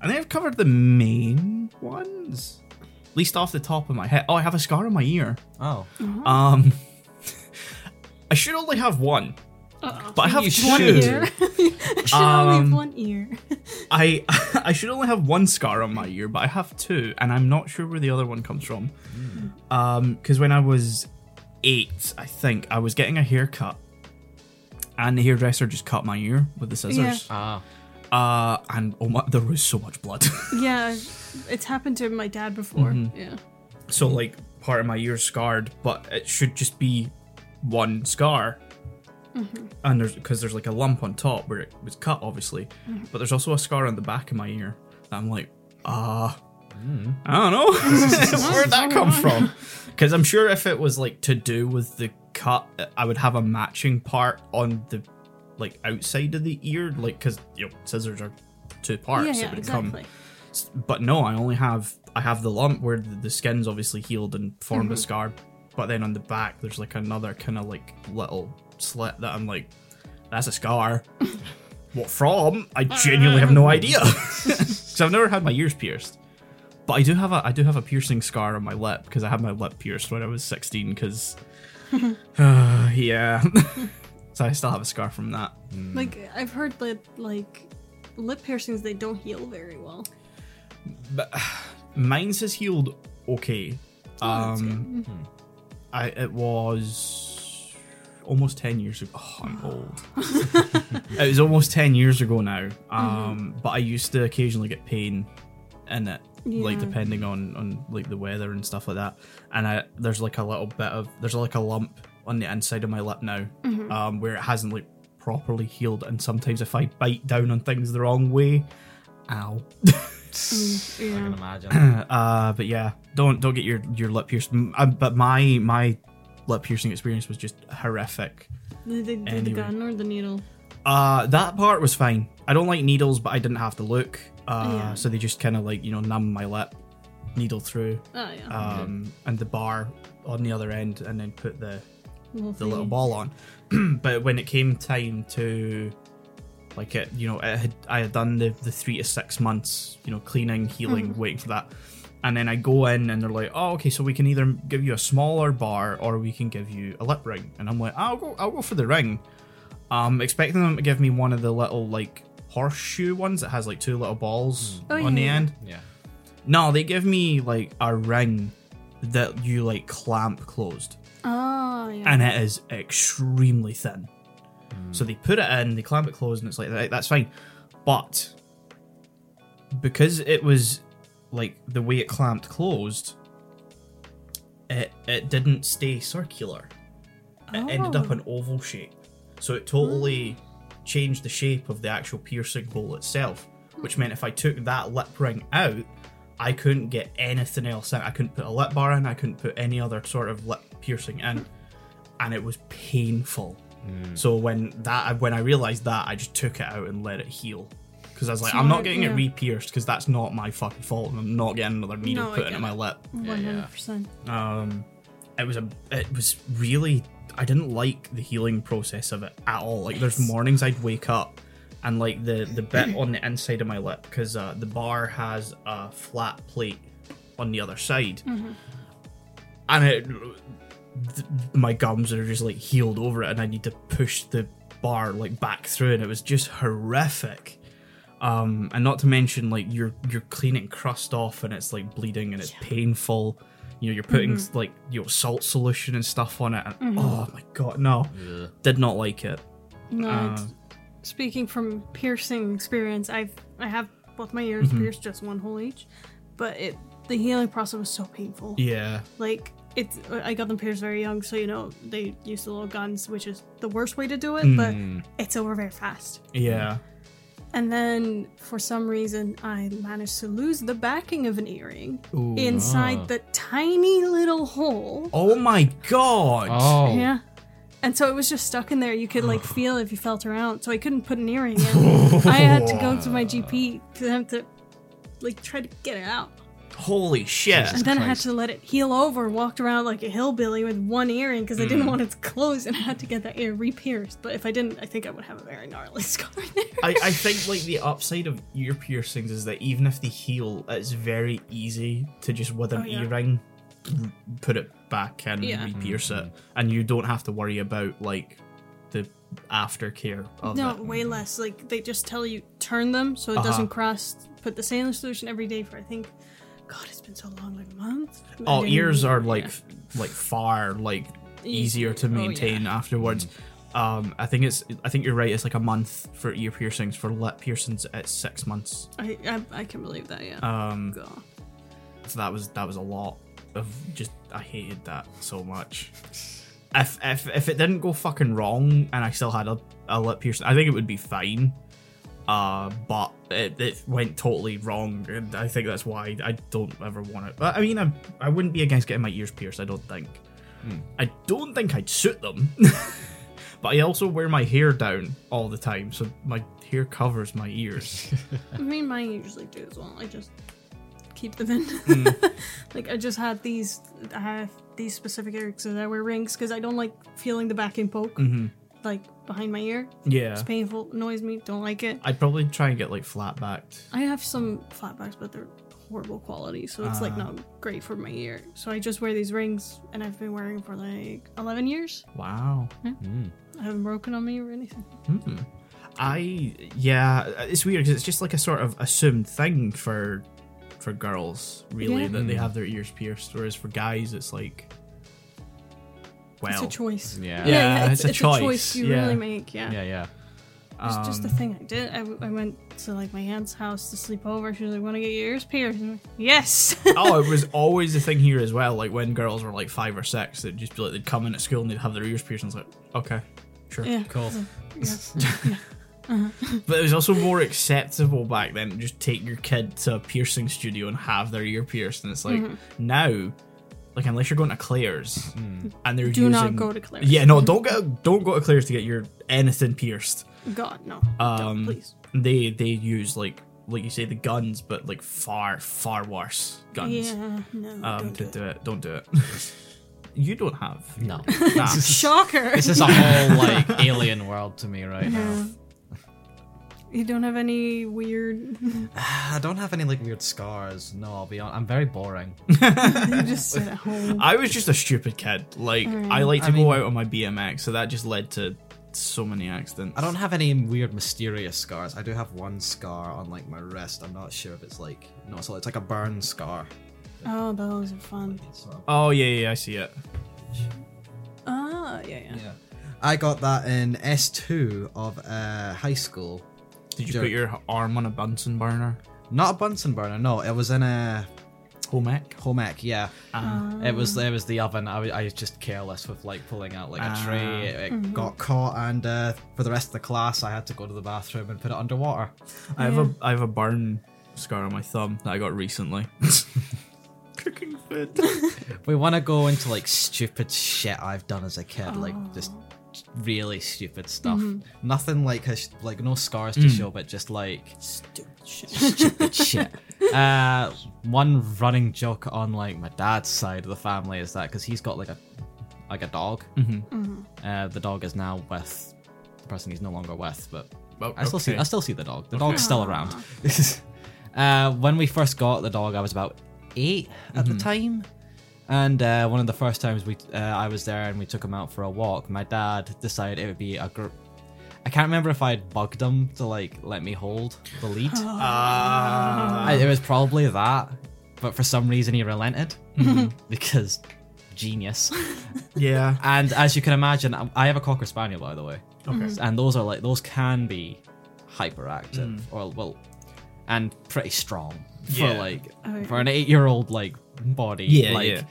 Speaker 1: I think I've covered the main ones. At least off the top of my head. Oh, I have a scar on my ear.
Speaker 2: Oh.
Speaker 1: Um, I should only have one,
Speaker 4: Uh-oh.
Speaker 1: but I have
Speaker 2: You
Speaker 1: two.
Speaker 2: should.
Speaker 4: Ear. Should only
Speaker 1: Um,
Speaker 4: have one ear.
Speaker 1: I I should only have one scar on my ear, but I have two, and I'm not sure where the other one comes from. Um, because when I was eight, I think I was getting a haircut, and the hairdresser just cut my ear with the scissors.
Speaker 2: Ah.
Speaker 1: Uh, and oh my, there was so much blood.
Speaker 4: Yeah, it's happened to my dad before.
Speaker 1: Mm-hmm.
Speaker 4: Yeah.
Speaker 1: so like part of my ear's scarred, but it should just be one scar.
Speaker 4: Mm-hmm.
Speaker 1: And there's because there's like a lump on top where it was cut, obviously,
Speaker 4: Mm-hmm.
Speaker 1: but there's also a scar on the back of my ear. And I'm like, ah, I don't know where'd that come from. Because I'm sure if it was like to do with the cut, I would have a matching part on the like outside of the ear, like because you know scissors are two parts,
Speaker 4: Yeah,
Speaker 1: it
Speaker 4: yeah,
Speaker 1: would come
Speaker 4: exactly.
Speaker 1: but no, I only have I have the lump where the, the skin's obviously healed and formed a scar, but then on the back there's like another kind of like little slit that I'm like, that's a scar. what from? I genuinely have no idea. So I've never had my ears pierced, but I do have a I do have a piercing scar on my lip because I had my lip pierced when I was 16. Because yeah, so I still have a scar from that.
Speaker 4: Like I've heard that like lip piercings they don't heal very well.
Speaker 1: Mine's has healed okay.
Speaker 4: Oh, that's good.
Speaker 1: Um, I it was almost ten years ago. Oh, I'm old. it was almost ten years ago now. Um, but I used to occasionally get pain in it, like
Speaker 4: Yeah.
Speaker 1: depending on on like the weather and stuff like that. And I there's like a little bit of there's like a lump on the inside of my lip now, um, where it hasn't like properly healed. And sometimes if I bite down on things the wrong way, ow.
Speaker 2: I can
Speaker 4: Yeah.
Speaker 2: imagine.
Speaker 1: Uh, but yeah, don't don't get your your lip pierced. M- uh, but my my lip piercing experience was just horrific.
Speaker 4: They, they do the
Speaker 1: Anyway.
Speaker 4: gun or the needle.
Speaker 1: Uh, that part was fine. I don't like needles, but I didn't have to look. Uh,
Speaker 4: Yeah.
Speaker 1: so they just kind of like you know numb my lip, needle through,
Speaker 4: Oh yeah.
Speaker 1: um, and the bar on the other end, and then put the
Speaker 4: Little
Speaker 1: the little
Speaker 4: thingy.
Speaker 1: ball on. but when it came time to like it, you know, it had, I had done the, the three to six months, you know, cleaning, healing,
Speaker 4: Mm.
Speaker 1: waiting for that. And then I go in and they're like, oh, okay, so we can either give you a smaller bar or we can give you a lip ring. And I'm like, I'll go, I'll go for the ring. Um, expecting them to give me one of the little like horseshoe ones that has like two little balls
Speaker 4: Oh,
Speaker 1: on the
Speaker 4: yeah.
Speaker 1: end.
Speaker 2: yeah.
Speaker 1: No, they give me like a ring that you like clamp closed
Speaker 4: Oh yeah.
Speaker 1: and it is extremely thin. So they put it in, they clamp it closed, and it's like right, that's fine. But because it was like the way it clamped closed, it it didn't stay circular. It ended up
Speaker 4: Oh.
Speaker 1: an oval shape. So it totally changed the shape of the actual piercing hole itself, which meant if I took that lip ring out, I couldn't get anything else in. I couldn't put a lip bar in, I couldn't put any other sort of lip piercing in and it was painful. So when that when I realized that, I just took it out and let it heal because I was like, I'm not
Speaker 4: Smart,
Speaker 1: getting it
Speaker 4: yeah.
Speaker 1: re-pierced because that's not my fucking fault, and I'm not getting another needle
Speaker 4: No, I
Speaker 1: put
Speaker 4: get
Speaker 1: into my
Speaker 4: it.
Speaker 1: lip.
Speaker 4: One hundred percent.
Speaker 1: Um, it was a it was really I didn't like the healing process of it at all. Like there's mornings I'd wake up and like the the bit on the inside of my lip because uh, the bar has a flat plate on the other side, and it th- my gums are just like healed over it, and I need to push the bar like back through, and it was just horrific. Um, and not to mention like you're you're cleaning crust off and it's like bleeding and it's painful. You know, you're putting
Speaker 4: Mm-hmm.
Speaker 1: like you know salt solution and stuff on it. And, Oh my god, no, did not like it.
Speaker 4: No.
Speaker 1: Uh,
Speaker 4: it's- speaking from piercing experience, I've I have both my ears
Speaker 1: Mm-hmm.
Speaker 4: pierced, just one hole each, but it the healing process was so painful.
Speaker 1: Yeah,
Speaker 4: Like it's I got them pierced very young, so you know they use the little guns, which is the worst way to do it,
Speaker 1: Mm.
Speaker 4: but it's over very fast.
Speaker 1: yeah.
Speaker 4: And then for some reason, I managed to lose the backing of an earring
Speaker 1: Ooh.
Speaker 4: inside
Speaker 2: Ah.
Speaker 4: the tiny little hole.
Speaker 1: Oh my god.
Speaker 2: Oh.
Speaker 4: Yeah. And so it was just stuck in there. You could like feel if you felt around. So I couldn't put an earring in. I had to go to my GP to have to like try to get it out.
Speaker 1: Holy shit.
Speaker 4: And then I had to let it heal over, walked around like a hillbilly with one earring because I didn't
Speaker 1: Mm.
Speaker 4: want it to close and I had to get that ear re-pierced. But if I didn't, I think I would have a very gnarly scar there.
Speaker 1: I, I think like the upside of ear piercings is that even if they heal, it's very easy to just with an
Speaker 4: Oh, yeah.
Speaker 1: earring r- put it back and
Speaker 4: Yeah.
Speaker 1: re-pierce it, and you don't have to worry about like the aftercare of
Speaker 4: No,
Speaker 1: it.
Speaker 4: way less. Like they just tell you turn them so it
Speaker 1: Uh-huh.
Speaker 4: doesn't crust. Put the saline solution every day for I think God, it's been so long, like a month.
Speaker 1: Oh,
Speaker 4: And then-
Speaker 1: ears are like
Speaker 4: yeah.
Speaker 1: f- like far like
Speaker 4: E-
Speaker 1: easier to
Speaker 4: oh, yeah.
Speaker 1: maintain afterwards. Um, I think it's. I think you're right. It's like a month for ear piercings. For lip piercings, it's six months.
Speaker 4: I, I, I can believe that, yeah.
Speaker 1: Um,
Speaker 4: God.
Speaker 1: so that was that was a lot of just. I hated that so much. If if if it didn't go fucking wrong and I still had a, a lip piercing, I think it would be fine. Uh, but it, it went totally wrong, and I think that's why I don't ever want it. But I mean, I I wouldn't be against getting my ears pierced. I don't think. I don't think I'd suit them. but I also wear my hair down all the time, so my hair covers my ears.
Speaker 4: I mean, mine usually do as well. I just keep them in. like I just had these, I have these specific areas that I wear rings because I don't like feeling the backing poke, like behind my ear.
Speaker 1: yeah.
Speaker 4: It's painful, annoys me, don't like it.
Speaker 1: I'd probably try and get like flat backed.
Speaker 4: I have some flatbacks, but they're horrible quality, so it's like not great for my ear. So I just wear these rings, and I've been wearing them for like eleven years.
Speaker 1: Wow.
Speaker 4: I haven't broken on me or anything.
Speaker 1: I yeah, it's weird because it's just like a sort of assumed thing for for girls, really,
Speaker 4: Yeah.
Speaker 1: that they have their ears pierced, whereas for guys, it's like well,
Speaker 4: it's a choice.
Speaker 2: Yeah.
Speaker 1: Yeah,
Speaker 4: it's, it's a choice, you
Speaker 1: yeah.
Speaker 4: really make. Yeah.
Speaker 2: Yeah, yeah.
Speaker 4: It's
Speaker 1: Um,
Speaker 4: just the thing I did. I, I went to like my aunt's house to sleep over. She was like, "Want to get your ears pierced?" And I'm like, yes.
Speaker 1: oh, it was always the thing here as well. Like when girls were like five or six, they'd just be like they'd come in at school and they'd have their ears pierced. And it's like, okay, sure.
Speaker 4: yeah.
Speaker 2: Cool.
Speaker 1: But it was also more acceptable back then. to Just take your kid to a piercing studio and have their ear pierced, and it's like
Speaker 4: Mm-hmm.
Speaker 1: now, like unless you're going to Claire's and they're
Speaker 4: Do
Speaker 1: using,
Speaker 4: not go to Claire's.
Speaker 1: Yeah, no, don't go don't go to Claire's to get your anything pierced.
Speaker 4: God no.
Speaker 1: Um,
Speaker 4: Don't, please.
Speaker 1: They they use like like you say the guns, but like far far worse guns
Speaker 4: Yeah. No.
Speaker 1: um,
Speaker 4: don't
Speaker 1: to
Speaker 4: do it.
Speaker 1: do it. Don't do it. you don't have.
Speaker 2: No.
Speaker 1: Nah.
Speaker 4: Shocker.
Speaker 2: This is a whole like alien world to me right now.
Speaker 4: you don't have any weird. you
Speaker 2: I don't have any like weird scars. No, I'll be honest. I'm very boring.
Speaker 4: just sit at home.
Speaker 1: I was just a stupid kid. Like I
Speaker 4: Mm.
Speaker 1: like to
Speaker 2: I
Speaker 1: go
Speaker 2: mean-
Speaker 1: out on my BMX, so that just led to so many accidents.
Speaker 2: I don't have any weird mysterious scars. I do have one scar on like my wrist. I'm not sure if it's like no, so it's like a burn scar.
Speaker 4: Oh, those are fun.
Speaker 2: So
Speaker 1: Oh yeah, yeah, I see it.
Speaker 4: Ah, yeah, yeah.
Speaker 2: yeah, I got that in S2 of uh, high school.
Speaker 1: Did you
Speaker 2: Jerk.
Speaker 1: put your arm on a Bunsen burner?
Speaker 2: Not a Bunsen burner. No, it was in a
Speaker 1: Home ec?
Speaker 2: home ec. Yeah,
Speaker 1: Uh,
Speaker 2: it was. It was the oven. I was, I was just careless with like pulling out like a tray. It, it got caught, and uh, for the rest of the class, I had to go to the bathroom and put it underwater.
Speaker 1: I have a I have a burn scar on my thumb that I got recently. Cooking food.
Speaker 2: We want to go into like stupid shit I've done as a kid, like just really stupid stuff. Nothing like has, like no scars to show, but just like
Speaker 4: Stupid shit.
Speaker 2: stupid shit. Uh, one running joke on like my dad's side of the family is that because he's got like a like a dog.
Speaker 1: Mm-hmm.
Speaker 2: Uh, the dog is now with the person he's no longer with, but
Speaker 1: Well,
Speaker 2: I still see
Speaker 1: Oh, okay.
Speaker 2: I still see the dog. The dog's still around. uh, when we first got the dog, I was about 8 at
Speaker 1: Mm-hmm.
Speaker 2: the time, and uh, one of the first times we uh, I was there and we took him out for a walk. My dad decided it would be a group. I can't remember if I had bugged him to like let me hold the lead.
Speaker 1: Ah.
Speaker 2: I- it was probably that, but for some reason he relented
Speaker 1: Mm-hmm.
Speaker 2: because genius.
Speaker 1: Yeah.
Speaker 2: And as you can imagine, I I have a cocker spaniel, by the way.
Speaker 1: Okay.
Speaker 2: And those are like those can be hyperactive or well, and pretty strong
Speaker 1: Mm. Yeah.
Speaker 2: for like
Speaker 4: Oh,
Speaker 2: for an eight-year-old like body.
Speaker 1: Yeah,
Speaker 2: like,
Speaker 1: yeah.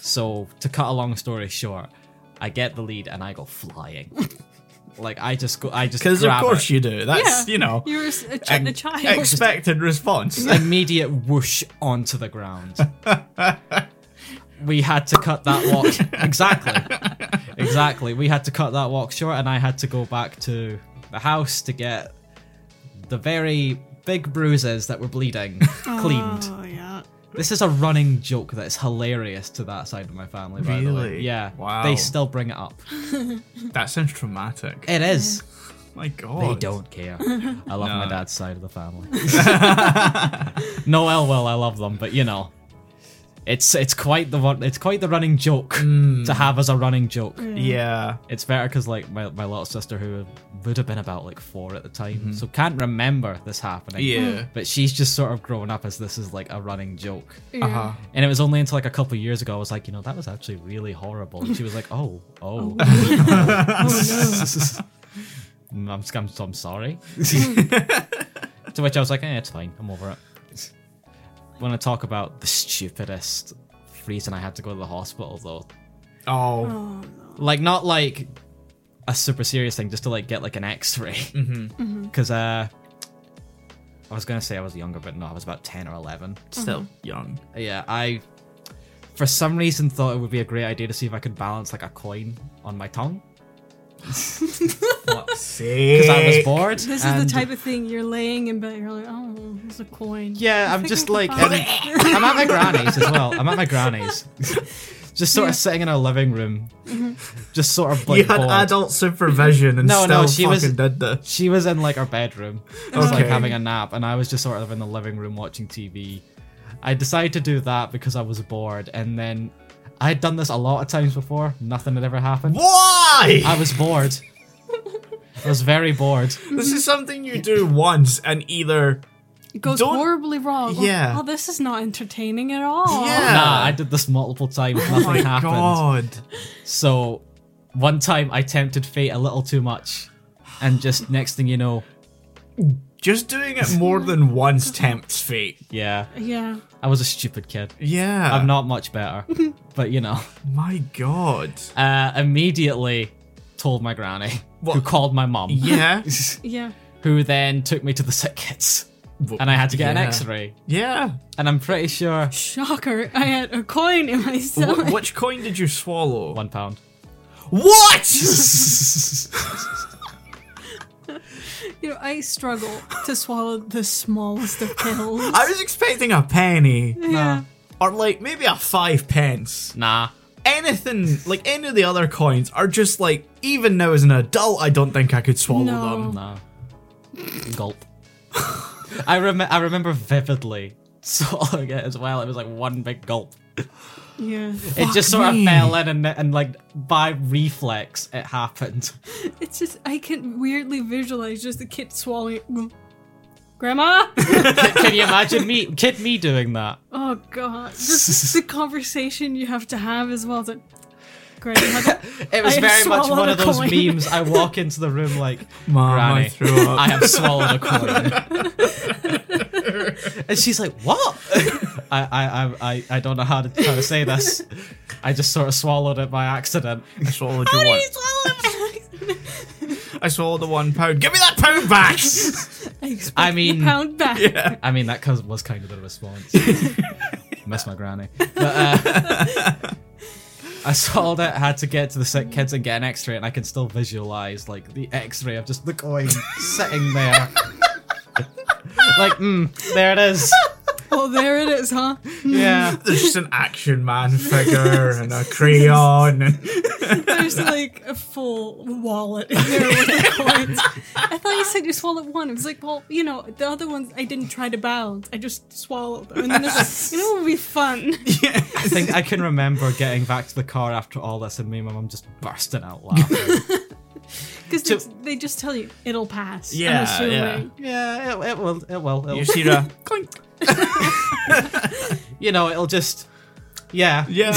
Speaker 2: So to cut a long story short, I get the lead and I go flying. like I just go, I just
Speaker 1: Because of
Speaker 2: grab
Speaker 1: course
Speaker 2: it.
Speaker 1: you do. That's
Speaker 4: Yeah.
Speaker 1: you know
Speaker 4: You're a, s- a ch-
Speaker 1: an
Speaker 4: a child.
Speaker 1: expected response.
Speaker 2: immediate whoosh onto the ground. we had to cut that walk exactly, exactly. We had to cut that walk short, and I had to go back to the house to get the very big bruises that were bleeding cleaned.
Speaker 4: Oh yeah.
Speaker 2: This is a running joke that's hilarious to that side of my family. By the way,
Speaker 1: Really?
Speaker 2: yeah,
Speaker 1: Wow.
Speaker 2: they still bring it up.
Speaker 1: that sounds traumatic.
Speaker 2: It is.
Speaker 1: My God.
Speaker 2: Eh, They don't care. I love my
Speaker 1: No.
Speaker 2: dad's side of the family. Noel will, I love them, but you know. It's it's quite the one. It's quite the running joke
Speaker 1: Hmm.
Speaker 2: to have as a running joke.
Speaker 1: Yeah.
Speaker 2: It's better because like my, my little sister who would have been about like four at the time, so can't remember this happening.
Speaker 1: Mm-hmm. Yeah.
Speaker 2: But she's just sort of grown up as this is like a running joke.
Speaker 4: Yeah.
Speaker 1: Uh-huh.
Speaker 2: And it was only until like a couple of years ago I was like, you know, that was actually really horrible. And she was like, oh, oh. Mm, I'm, I'm, I'm sorry. to which I was like, eh, it's fine. I'm over it. When I talk about the stupidest reason I had to go to the hospital, though,
Speaker 1: Oh.
Speaker 4: Oh,
Speaker 2: like not like a super serious thing, just to like get like an X-ray, because uh, I was gonna say I was younger, but no, I was about ten or eleven.
Speaker 1: Still young.
Speaker 2: Yeah, I for some reason thought it would be a great idea to see if I could balance like a coin on my tongue because I was bored.
Speaker 4: This is the type of thing you're laying in bed. You're like, oh, it's a coin.
Speaker 2: Yeah, I'm
Speaker 4: I
Speaker 2: just like
Speaker 4: think I
Speaker 2: I'm,
Speaker 4: can
Speaker 2: I'm at my granny's as well. I'm at my granny's, just sort of sitting in her living room, just sort of like
Speaker 1: Mm-hmm. you had
Speaker 2: bored.
Speaker 1: adult supervision and
Speaker 2: No,
Speaker 1: still
Speaker 2: no, she
Speaker 1: fucking
Speaker 2: was-
Speaker 1: did this.
Speaker 2: She was in like her bedroom, just like
Speaker 1: Okay.
Speaker 2: having a nap, and I was just sort of in the living room watching TV. I decided to do that because I was bored, and then I had done this a lot of times before. Nothing had ever happened.
Speaker 1: Why?
Speaker 2: I was bored. I was very bored.
Speaker 1: this is something you do once and either
Speaker 4: It goes
Speaker 1: Don't-
Speaker 4: horribly wrong. Like,
Speaker 1: Yeah.
Speaker 4: Oh, this is not entertaining at all.
Speaker 1: Yeah.
Speaker 2: Nah, I did this multiple times.
Speaker 1: Oh
Speaker 2: Nothing
Speaker 1: my
Speaker 2: happened.
Speaker 1: god.
Speaker 2: So, one time I tempted fate a little too much, and just next thing you know,
Speaker 1: Just doing it more than once tempts fate.
Speaker 2: yeah,
Speaker 4: Yeah.
Speaker 2: I was a stupid kid.
Speaker 1: Yeah.
Speaker 2: I'm not much better, but you know.
Speaker 1: My god.
Speaker 2: uh, immediately told my granny, who
Speaker 1: What?
Speaker 2: called my mum,
Speaker 1: Yeah.
Speaker 4: Yeah.
Speaker 2: who then took me to the sick kids, and I had to get an
Speaker 1: Yeah.
Speaker 2: X-ray.
Speaker 1: Yeah.
Speaker 2: And I'm pretty sure
Speaker 4: Shocker. I had a coin in my
Speaker 1: Wh-
Speaker 4: stomach.
Speaker 1: which coin did you swallow?
Speaker 2: one pound.
Speaker 1: What?
Speaker 4: You know, I struggle to swallow the smallest of pills.
Speaker 1: I was expecting a penny,
Speaker 4: yeah.
Speaker 1: or like maybe a five pence.
Speaker 2: Nah,
Speaker 1: Anything like any of the other coins are just like even now as an adult, I don't think I could swallow
Speaker 4: No.
Speaker 1: them.
Speaker 2: nah. Gulp. I rem- I remember vividly swallowing it as well. It was like one big gulp.
Speaker 4: Yeah.
Speaker 2: it just sort
Speaker 1: me.
Speaker 2: of fell in, and, and like by reflex, it happened.
Speaker 4: It's just, I can weirdly visualize just the kid swallowing. it. Grandma?
Speaker 2: Can you imagine me, kid me, doing that?
Speaker 4: Oh, God. Just the conversation you have to have as well. That Grandma.
Speaker 2: It was
Speaker 4: I have
Speaker 2: very much
Speaker 4: swallowed
Speaker 2: one
Speaker 4: a
Speaker 2: of those
Speaker 4: coin.
Speaker 2: memes. I walk into the room like,
Speaker 1: Mom, I
Speaker 2: Granny,
Speaker 1: threw up.
Speaker 2: I have swallowed a coin. and she's like, what? I, I, I, I, I don't know how to, how to say this. I just sort of swallowed it by accident.
Speaker 1: I swallowed your one. I swallowed the one pound. Give me that pound back.
Speaker 4: I, expect
Speaker 2: I
Speaker 4: the
Speaker 2: mean-
Speaker 4: pound back.
Speaker 2: I mean, that cause- was kind of the response. Miss my granny. But, uh, I swallowed it, had to get to the sick kids and get an x ray, and I can still visualize like the x ray of just the coin sitting there. like, mm, there it is.
Speaker 4: Oh, there it is, huh?
Speaker 2: Yeah.
Speaker 1: There's just an action man figure and a crayon. And...
Speaker 4: There's like a full wallet in there with the coins. I thought you said you swallowed one. It was like, well, you know, the other ones I didn't try to balance. I just swallowed them. And then it's like, you know what would be fun?
Speaker 2: I think I can remember getting back to the car after all this and me and my mum just bursting out laughing.
Speaker 4: Because
Speaker 2: So-
Speaker 4: they, they just tell you it'll pass.
Speaker 1: Yeah,
Speaker 4: I'm assuming.
Speaker 2: yeah, it, it will, it will,
Speaker 1: You
Speaker 2: it'll,
Speaker 1: see that?
Speaker 2: you know, it'll just, yeah.
Speaker 1: Yeah.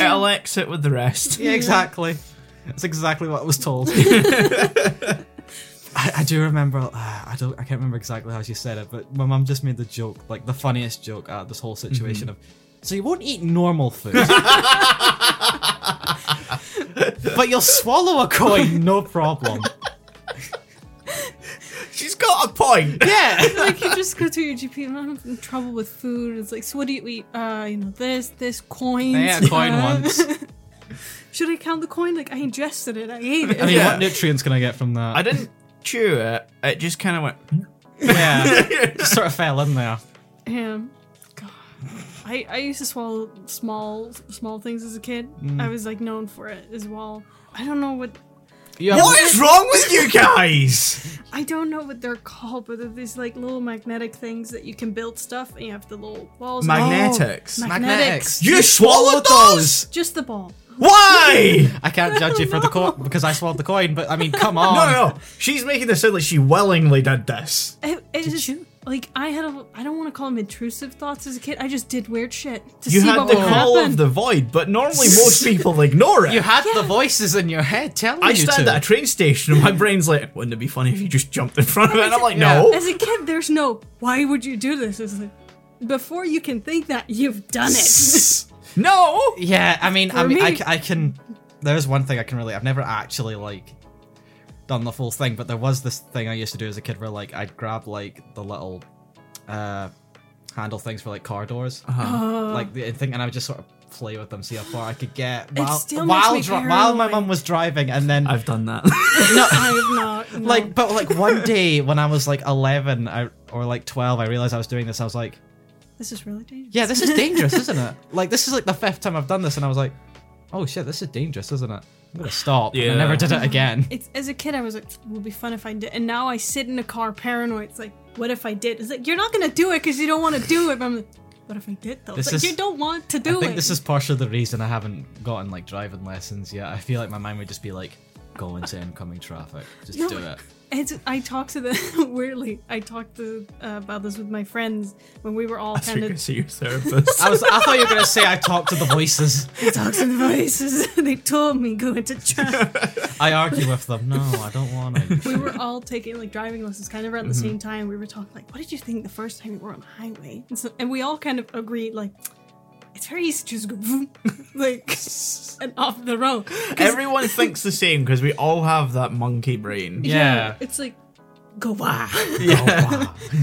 Speaker 1: I'll exit with the rest.
Speaker 2: Yeah, exactly. That's exactly what I was told. I, I do remember. Uh, I don't. I can't remember exactly how she said it, but my mum just made the joke, like the funniest joke out of this whole situation
Speaker 1: Mm-hmm.
Speaker 2: of, so you won't eat normal food, but you'll swallow a coin, no problem.
Speaker 1: She's got a point.
Speaker 2: Yeah.
Speaker 4: Like you just go to your GP and I'm in trouble with food. It's like, so what do you eat? Uh, you know, this, this, coins.
Speaker 2: I ate a coin
Speaker 4: uh,
Speaker 2: once.
Speaker 4: Should I count the coin? Like I ingested it. I ate it.
Speaker 2: I mean,
Speaker 1: Yeah.
Speaker 2: what nutrients can I get from that?
Speaker 1: I didn't chew it. It just kind of went.
Speaker 2: yeah, just sort of fell in there.
Speaker 4: Um, God. I, I used to swallow
Speaker 1: Mm.
Speaker 4: small small things as a kid. I was like known for it as well. I don't know what
Speaker 2: You have-
Speaker 1: What is wrong with you guys?
Speaker 4: I don't know what they're called, but they're these like little magnetic things that you can build stuff and you have the little balls.
Speaker 1: Magnetics.
Speaker 4: Magnetics.
Speaker 2: Magnetics.
Speaker 1: You swallowed those?
Speaker 4: Just the ball.
Speaker 1: Why?
Speaker 2: I can't judge you for the coin because I swallowed the coin, but I mean, come on.
Speaker 1: No, no, no. She's making this sound like she willingly did this.
Speaker 4: It, it is, like I had a I don't want to call them intrusive thoughts as a kid. I just did weird shit to
Speaker 1: You
Speaker 4: see
Speaker 1: had
Speaker 4: what
Speaker 1: the
Speaker 4: would
Speaker 1: call
Speaker 4: happen.
Speaker 1: of the void, but normally most people ignore it.
Speaker 2: You had the voices in your head telling
Speaker 1: I
Speaker 2: you
Speaker 1: stand
Speaker 2: to.
Speaker 1: at a train station and my brain's like, wouldn't it be funny if you just jumped in front of it? And I'm like,
Speaker 2: Yeah.
Speaker 1: no.
Speaker 4: as a kid, there's no why would you do this? It's like, before you can think that, you've done it.
Speaker 1: No.
Speaker 2: yeah, I mean, I
Speaker 4: For
Speaker 2: mean, I,
Speaker 4: me-
Speaker 2: c- I can. There is one thing I can really. I've never actually like done the full thing, but there was this thing I used to do as a kid where like I'd grab like the little uh handle things for like car doors,
Speaker 4: Uh-huh.
Speaker 2: like the thing, and I would just sort of play with them, see how far I could get while
Speaker 4: still makes
Speaker 2: while,
Speaker 4: me
Speaker 2: dri- while my
Speaker 4: paranoid.
Speaker 2: mum was driving, and then
Speaker 1: I've done that.
Speaker 4: I've not. no.
Speaker 2: like but like one day when i was like 11 I, or like 12 i realized i was doing this i was like
Speaker 4: this is really dangerous.
Speaker 2: yeah this is dangerous isn't it like this is like the fifth time i've done this and i was like oh shit this is dangerous isn't it i'm gonna stop and
Speaker 1: Yeah.
Speaker 2: i never did it again
Speaker 4: It's as a kid, I was like, it would be fun if I did. And now I sit in a car paranoid. It's like, what if I did? It's like, you're not going to do it because you don't want to do it. But I'm like, what if I did though? It's
Speaker 2: This
Speaker 4: like,
Speaker 2: is-
Speaker 4: you don't want to
Speaker 2: i
Speaker 4: do
Speaker 2: think
Speaker 4: it.
Speaker 2: this is partially the reason i haven't gotten like driving lessons yet i feel like my mind would just be like go into incoming traffic just
Speaker 4: No.
Speaker 2: do it
Speaker 4: It's, I talked to the weirdly. I talked to, uh, about this with my friends when we were all
Speaker 1: so
Speaker 4: kind
Speaker 1: you can
Speaker 4: of
Speaker 1: see your therapist.
Speaker 2: i was i thought you were gonna say i talked to the voices
Speaker 4: talks in voices. they told me go into traffic.
Speaker 2: i argue with them no i don't want to
Speaker 4: we were all taking like driving lessons kind of around the same time. We were talking like, what did you think the first time you were on the highway? And, so, and we all kind of agreed like, it's very easy to just go vroom, like and off the road. 'Cause-
Speaker 1: Everyone thinks the same because we all have that monkey brain.
Speaker 2: yeah
Speaker 4: it's like go wah.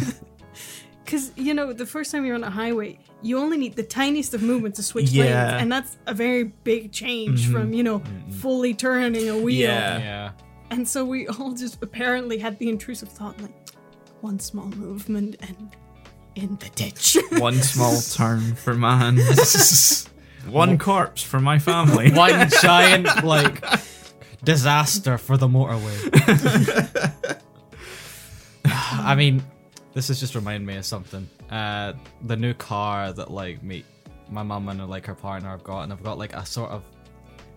Speaker 4: Because you know, the first time you're on a highway, you only need the tiniest of movement to switch lanes,
Speaker 1: Yeah.
Speaker 4: and that's a very big change from you know fully turning a wheel.
Speaker 1: Yeah.
Speaker 2: yeah
Speaker 4: And so we all just apparently had the intrusive thought like one small movement and in the ditch.
Speaker 1: One small turn for man. One corpse for my family.
Speaker 2: one giant like disaster for the motorway. I mean, this has just reminded me of something. Uh, the new car that like me, my mum and like her partner have got, and I've got like a sort of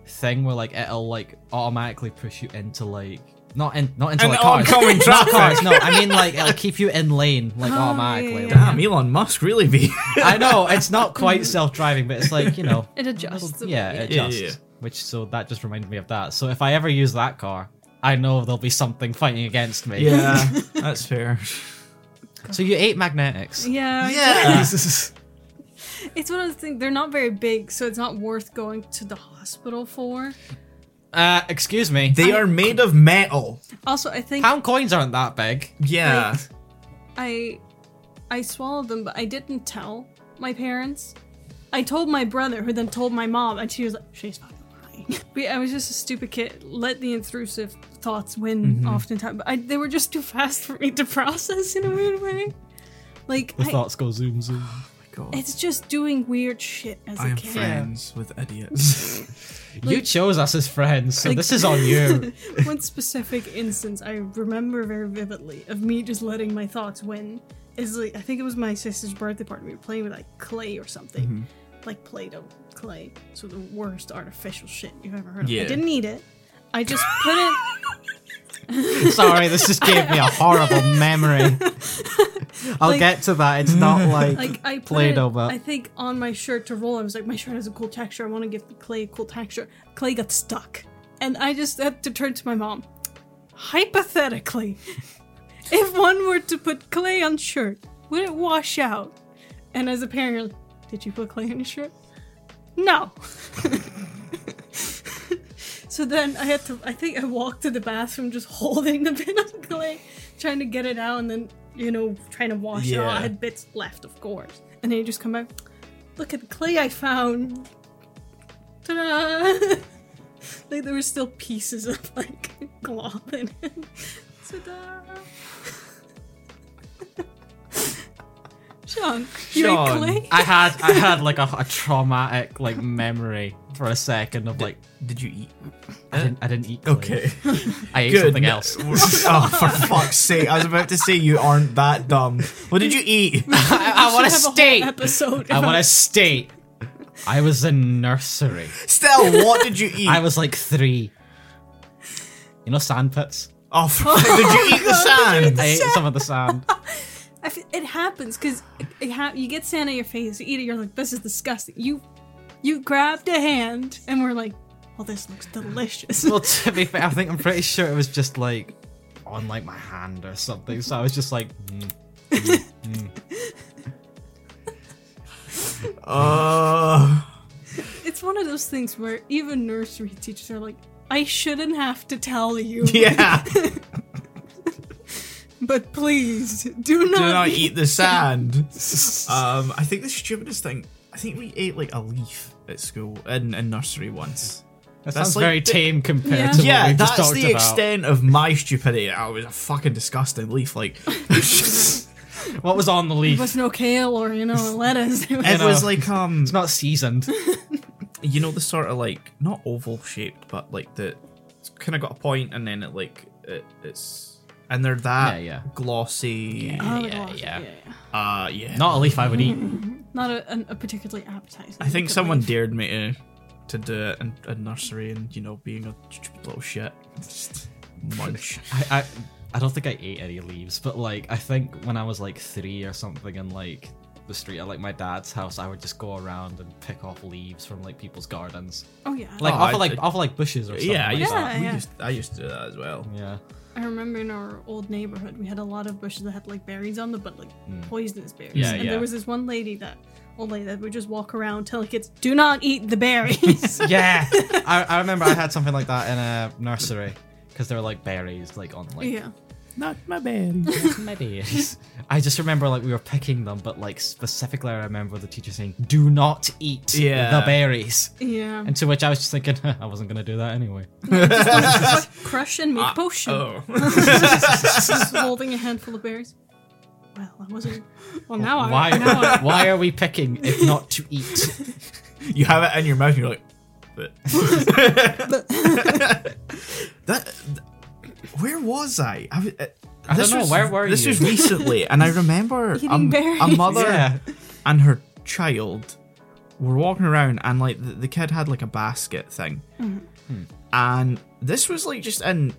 Speaker 2: thing where like it'll like automatically push you into like not in not into
Speaker 1: And
Speaker 2: like cars.
Speaker 1: oncoming
Speaker 2: Not
Speaker 1: oh, traffic.
Speaker 2: cars, no. I mean, like it'll keep you in lane, like automatically.
Speaker 4: yeah,
Speaker 2: like-
Speaker 1: Damn, Elon Musk really be.
Speaker 2: I know it's not quite self-driving, but it's like you know,
Speaker 4: It adjusts.
Speaker 2: yeah, it
Speaker 1: Yeah,
Speaker 2: adjusts.
Speaker 1: yeah, yeah.
Speaker 2: Which so that just reminded me of that. So if I ever use that car, I know there'll be something fighting against me.
Speaker 1: yeah, that's fair.
Speaker 2: So you ate magnetics. Uh,
Speaker 4: Yeah.
Speaker 1: Yeah.
Speaker 4: It's one of those things, they're not very big, so it's not worth going to the hospital for.
Speaker 2: Uh, excuse me.
Speaker 1: they are made of metal.
Speaker 4: Also, I think
Speaker 2: pound coins aren't that big.
Speaker 1: Yeah. Oh
Speaker 4: I I swallowed them, but I didn't tell my parents. I told my brother, who then told my mom, and she was like, "She's fucking lying." but I was just a stupid kid. Let the intrusive thoughts win, oftentimes. But I, they were just too fast for me to process in a weird way. Like
Speaker 2: The
Speaker 4: I-
Speaker 2: thoughts go zoom zoom.
Speaker 1: God.
Speaker 4: it's just doing weird shit as
Speaker 1: I
Speaker 4: a
Speaker 1: am
Speaker 4: kid.
Speaker 1: friends with idiots.
Speaker 2: you chose us as friends, so
Speaker 4: Like-
Speaker 2: this is on you.
Speaker 4: One specific instance I remember very vividly of me just letting my thoughts win is like I think it was my sister's birthday party. We were playing with like clay or something,
Speaker 2: Mm-hmm.
Speaker 4: like Play-Doh clay. So the worst artificial shit you've ever heard of.
Speaker 1: Yeah.
Speaker 4: I didn't eat it. I just put it.
Speaker 2: Sorry, this just gave me a horrible memory. I'll
Speaker 4: Like-
Speaker 2: get to that. It's not like,
Speaker 4: Like I put
Speaker 2: Play-Doh,
Speaker 4: it,
Speaker 2: but-
Speaker 4: I think on my shirt to roll. I was like, my shirt has a cool texture. I want to give the clay a cool texture. Clay got stuck, and I just had to turn to my mom. Hypothetically, if one were to put clay on shirt, would it wash out? And as a parent, you're like, did you put clay on your shirt? No. so then I had to. I think I walked to the bathroom just holding the bit of clay, trying to get it out, and then you know trying to wash it
Speaker 1: Yeah.
Speaker 4: off. I had bits left, of course, and then you just come back. Look at the clay I found. Ta-da! like there were still pieces of like cloth in it. Ta-da! Sean, you ate
Speaker 1: Sean,
Speaker 4: clay?
Speaker 2: I had I had like a, a traumatic like memory for a second of like
Speaker 1: did you eat?
Speaker 2: I didn't I didn't eat. Clay.
Speaker 1: Okay.
Speaker 2: I ate
Speaker 1: Good.
Speaker 2: something else.
Speaker 1: oh, for fuck's sake! I was about to say you aren't that dumb. What did you eat?
Speaker 2: I, I want
Speaker 4: I
Speaker 2: a
Speaker 4: have a
Speaker 2: state.
Speaker 4: whole episode.
Speaker 2: I want
Speaker 4: about-
Speaker 2: a state. I was in nursery.
Speaker 1: Still, what did you eat?
Speaker 2: I was like three. You know sandpits.
Speaker 1: oh, for fuck's sake, did you eat the sand?
Speaker 2: I ate some of the sand.
Speaker 4: I f- it happens because it ha- you get sand on your face, you eat it, you're like, this is disgusting. You you grabbed a hand and we're like, well, this looks delicious.
Speaker 2: well, to be fair, I think I'm pretty sure it was just like on like my hand or something. So I was just like, mm,
Speaker 1: Oh,
Speaker 4: it's one of those things where even nursery teachers are like, I shouldn't have to tell you,
Speaker 1: yeah. Do
Speaker 4: but please do not,
Speaker 1: not eat the sand. Um, I think the stupidest thing. I think we ate like a leaf at school in, in nursery once.
Speaker 2: that
Speaker 1: That's
Speaker 2: sounds
Speaker 1: like
Speaker 2: very
Speaker 1: the-
Speaker 2: tame compared
Speaker 4: Yeah.
Speaker 2: to what
Speaker 1: Yeah,
Speaker 2: we just
Speaker 1: that's
Speaker 2: talked
Speaker 1: the
Speaker 2: about.
Speaker 1: extent of my stupidity. I was a fucking disgusting leaf. Like,
Speaker 2: What was on the
Speaker 4: It
Speaker 2: leaf?
Speaker 4: was no kale or you know lettuce. It was-
Speaker 1: it was
Speaker 2: know.
Speaker 1: like um,
Speaker 2: It's not seasoned.
Speaker 1: you know the sort of like not oval shaped, but like the it's kind of got a point and then it like it, it's and they're that
Speaker 2: Yeah, yeah.
Speaker 1: glossy.
Speaker 4: Oh,
Speaker 2: yeah,
Speaker 4: gosh,
Speaker 2: yeah.
Speaker 1: Uh, yeah.
Speaker 2: Not a leaf I would eat.
Speaker 4: Not a, an- a particularly appetizing.
Speaker 1: I think
Speaker 4: good
Speaker 1: someone
Speaker 4: leaf.
Speaker 1: dared me to to do it in, in nursery and you know being a stupid little shit. Just munch.
Speaker 2: I, I I don't think I ate any leaves, but like I think when I was like three or something in like the street at like my dad's house, I would just go around and pick off leaves from like people's gardens,
Speaker 4: Oh yeah,
Speaker 2: like
Speaker 1: Oh,
Speaker 2: off
Speaker 1: I-
Speaker 2: of like off of like bushes or something.
Speaker 1: yeah, I
Speaker 2: like
Speaker 1: used,
Speaker 2: that.
Speaker 1: To, we
Speaker 4: yeah.
Speaker 1: used I used to do that as well.
Speaker 2: yeah.
Speaker 4: I remember in our old neighborhood, we had a lot of bushes that had like berries on them, but like poisonous berries.
Speaker 2: Mm. Yeah,
Speaker 4: and
Speaker 2: yeah.
Speaker 4: there was this one lady that old lady that would just walk around telling kids, "Do not eat the berries."
Speaker 2: yeah I, I remember i had something like that in a nursery because there were like berries like on like
Speaker 4: yeah,
Speaker 1: Not my bad.
Speaker 2: my berries. i just remember like we were picking them but like specifically i remember the teacher saying do not eat
Speaker 1: Yeah.
Speaker 2: the berries
Speaker 4: yeah.
Speaker 2: and to which i was just thinking i wasn't gonna do that anyway
Speaker 4: Just crush and make
Speaker 2: Ah,
Speaker 4: potion.
Speaker 1: oh,
Speaker 4: Just holding a handful of berries. Well, I wasn't. Well, now Oh, I.
Speaker 2: why
Speaker 4: Now I
Speaker 2: why are we picking if not to eat
Speaker 1: you have it in your mouth. and You're like, but that. th- Where was I? I, was- uh,
Speaker 2: I don't
Speaker 1: this
Speaker 2: know,
Speaker 1: was-
Speaker 2: where were
Speaker 1: This
Speaker 2: you?
Speaker 1: was recently, and I remember a,
Speaker 4: Eating
Speaker 1: m- a
Speaker 4: berries.
Speaker 1: mother
Speaker 2: yeah
Speaker 1: and her child were walking around and like the, the kid had like a basket thing
Speaker 2: Hmm.
Speaker 1: and this was like just in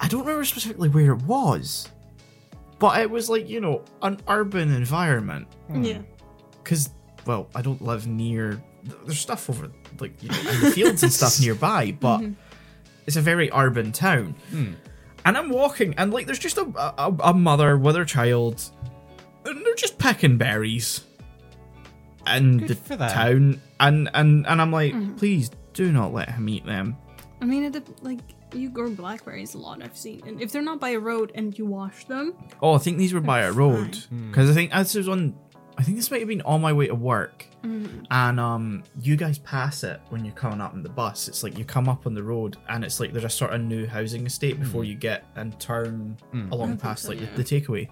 Speaker 1: i don't remember specifically where it was but it was like you know an urban environment
Speaker 4: yeah.
Speaker 1: because well i don't live near th- there's stuff over like you know in the fields and stuff nearby but
Speaker 2: Mm-hmm.
Speaker 1: it's a very urban town
Speaker 2: Hmm.
Speaker 1: and i'm walking and like there's just a, a, a mother with her child and they're just pecking berries in
Speaker 2: Good
Speaker 1: the
Speaker 2: for them. Mm-hmm.
Speaker 1: town and and and i'm like please do not let him eat them
Speaker 4: I mean, it, dep- like you grow blackberries a lot. I've seen, and if they're not by a road and you wash them,
Speaker 1: oh i think these were by a road because i think this was on i think this might have been on my way to work
Speaker 4: Mm-hmm.
Speaker 1: and um you guys pass it when you're coming up on the bus it's like you come up on the road and it's like there's a sort of new housing estate before you get and turn along past
Speaker 4: so,
Speaker 1: like
Speaker 4: yeah.
Speaker 1: the, the takeaway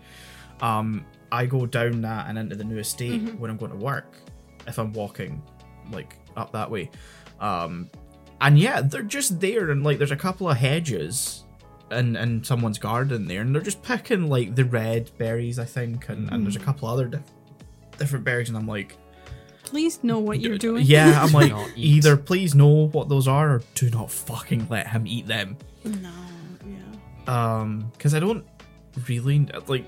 Speaker 1: um i go down that and into the new estate
Speaker 4: Mm-hmm.
Speaker 1: when i'm going to work if i'm walking like up that way um and yeah they're just there and like there's a couple of hedges in in someone's garden there and they're just picking like the red berries i think and, and there's
Speaker 4: Hmm.
Speaker 1: a couple other diff- different berries and i'm like
Speaker 4: please know what you're doing.
Speaker 1: yeah i'm like
Speaker 2: not eat.
Speaker 1: either please know what those are or do not fucking let him eat them
Speaker 4: No. Yeah.
Speaker 1: um because i don't really like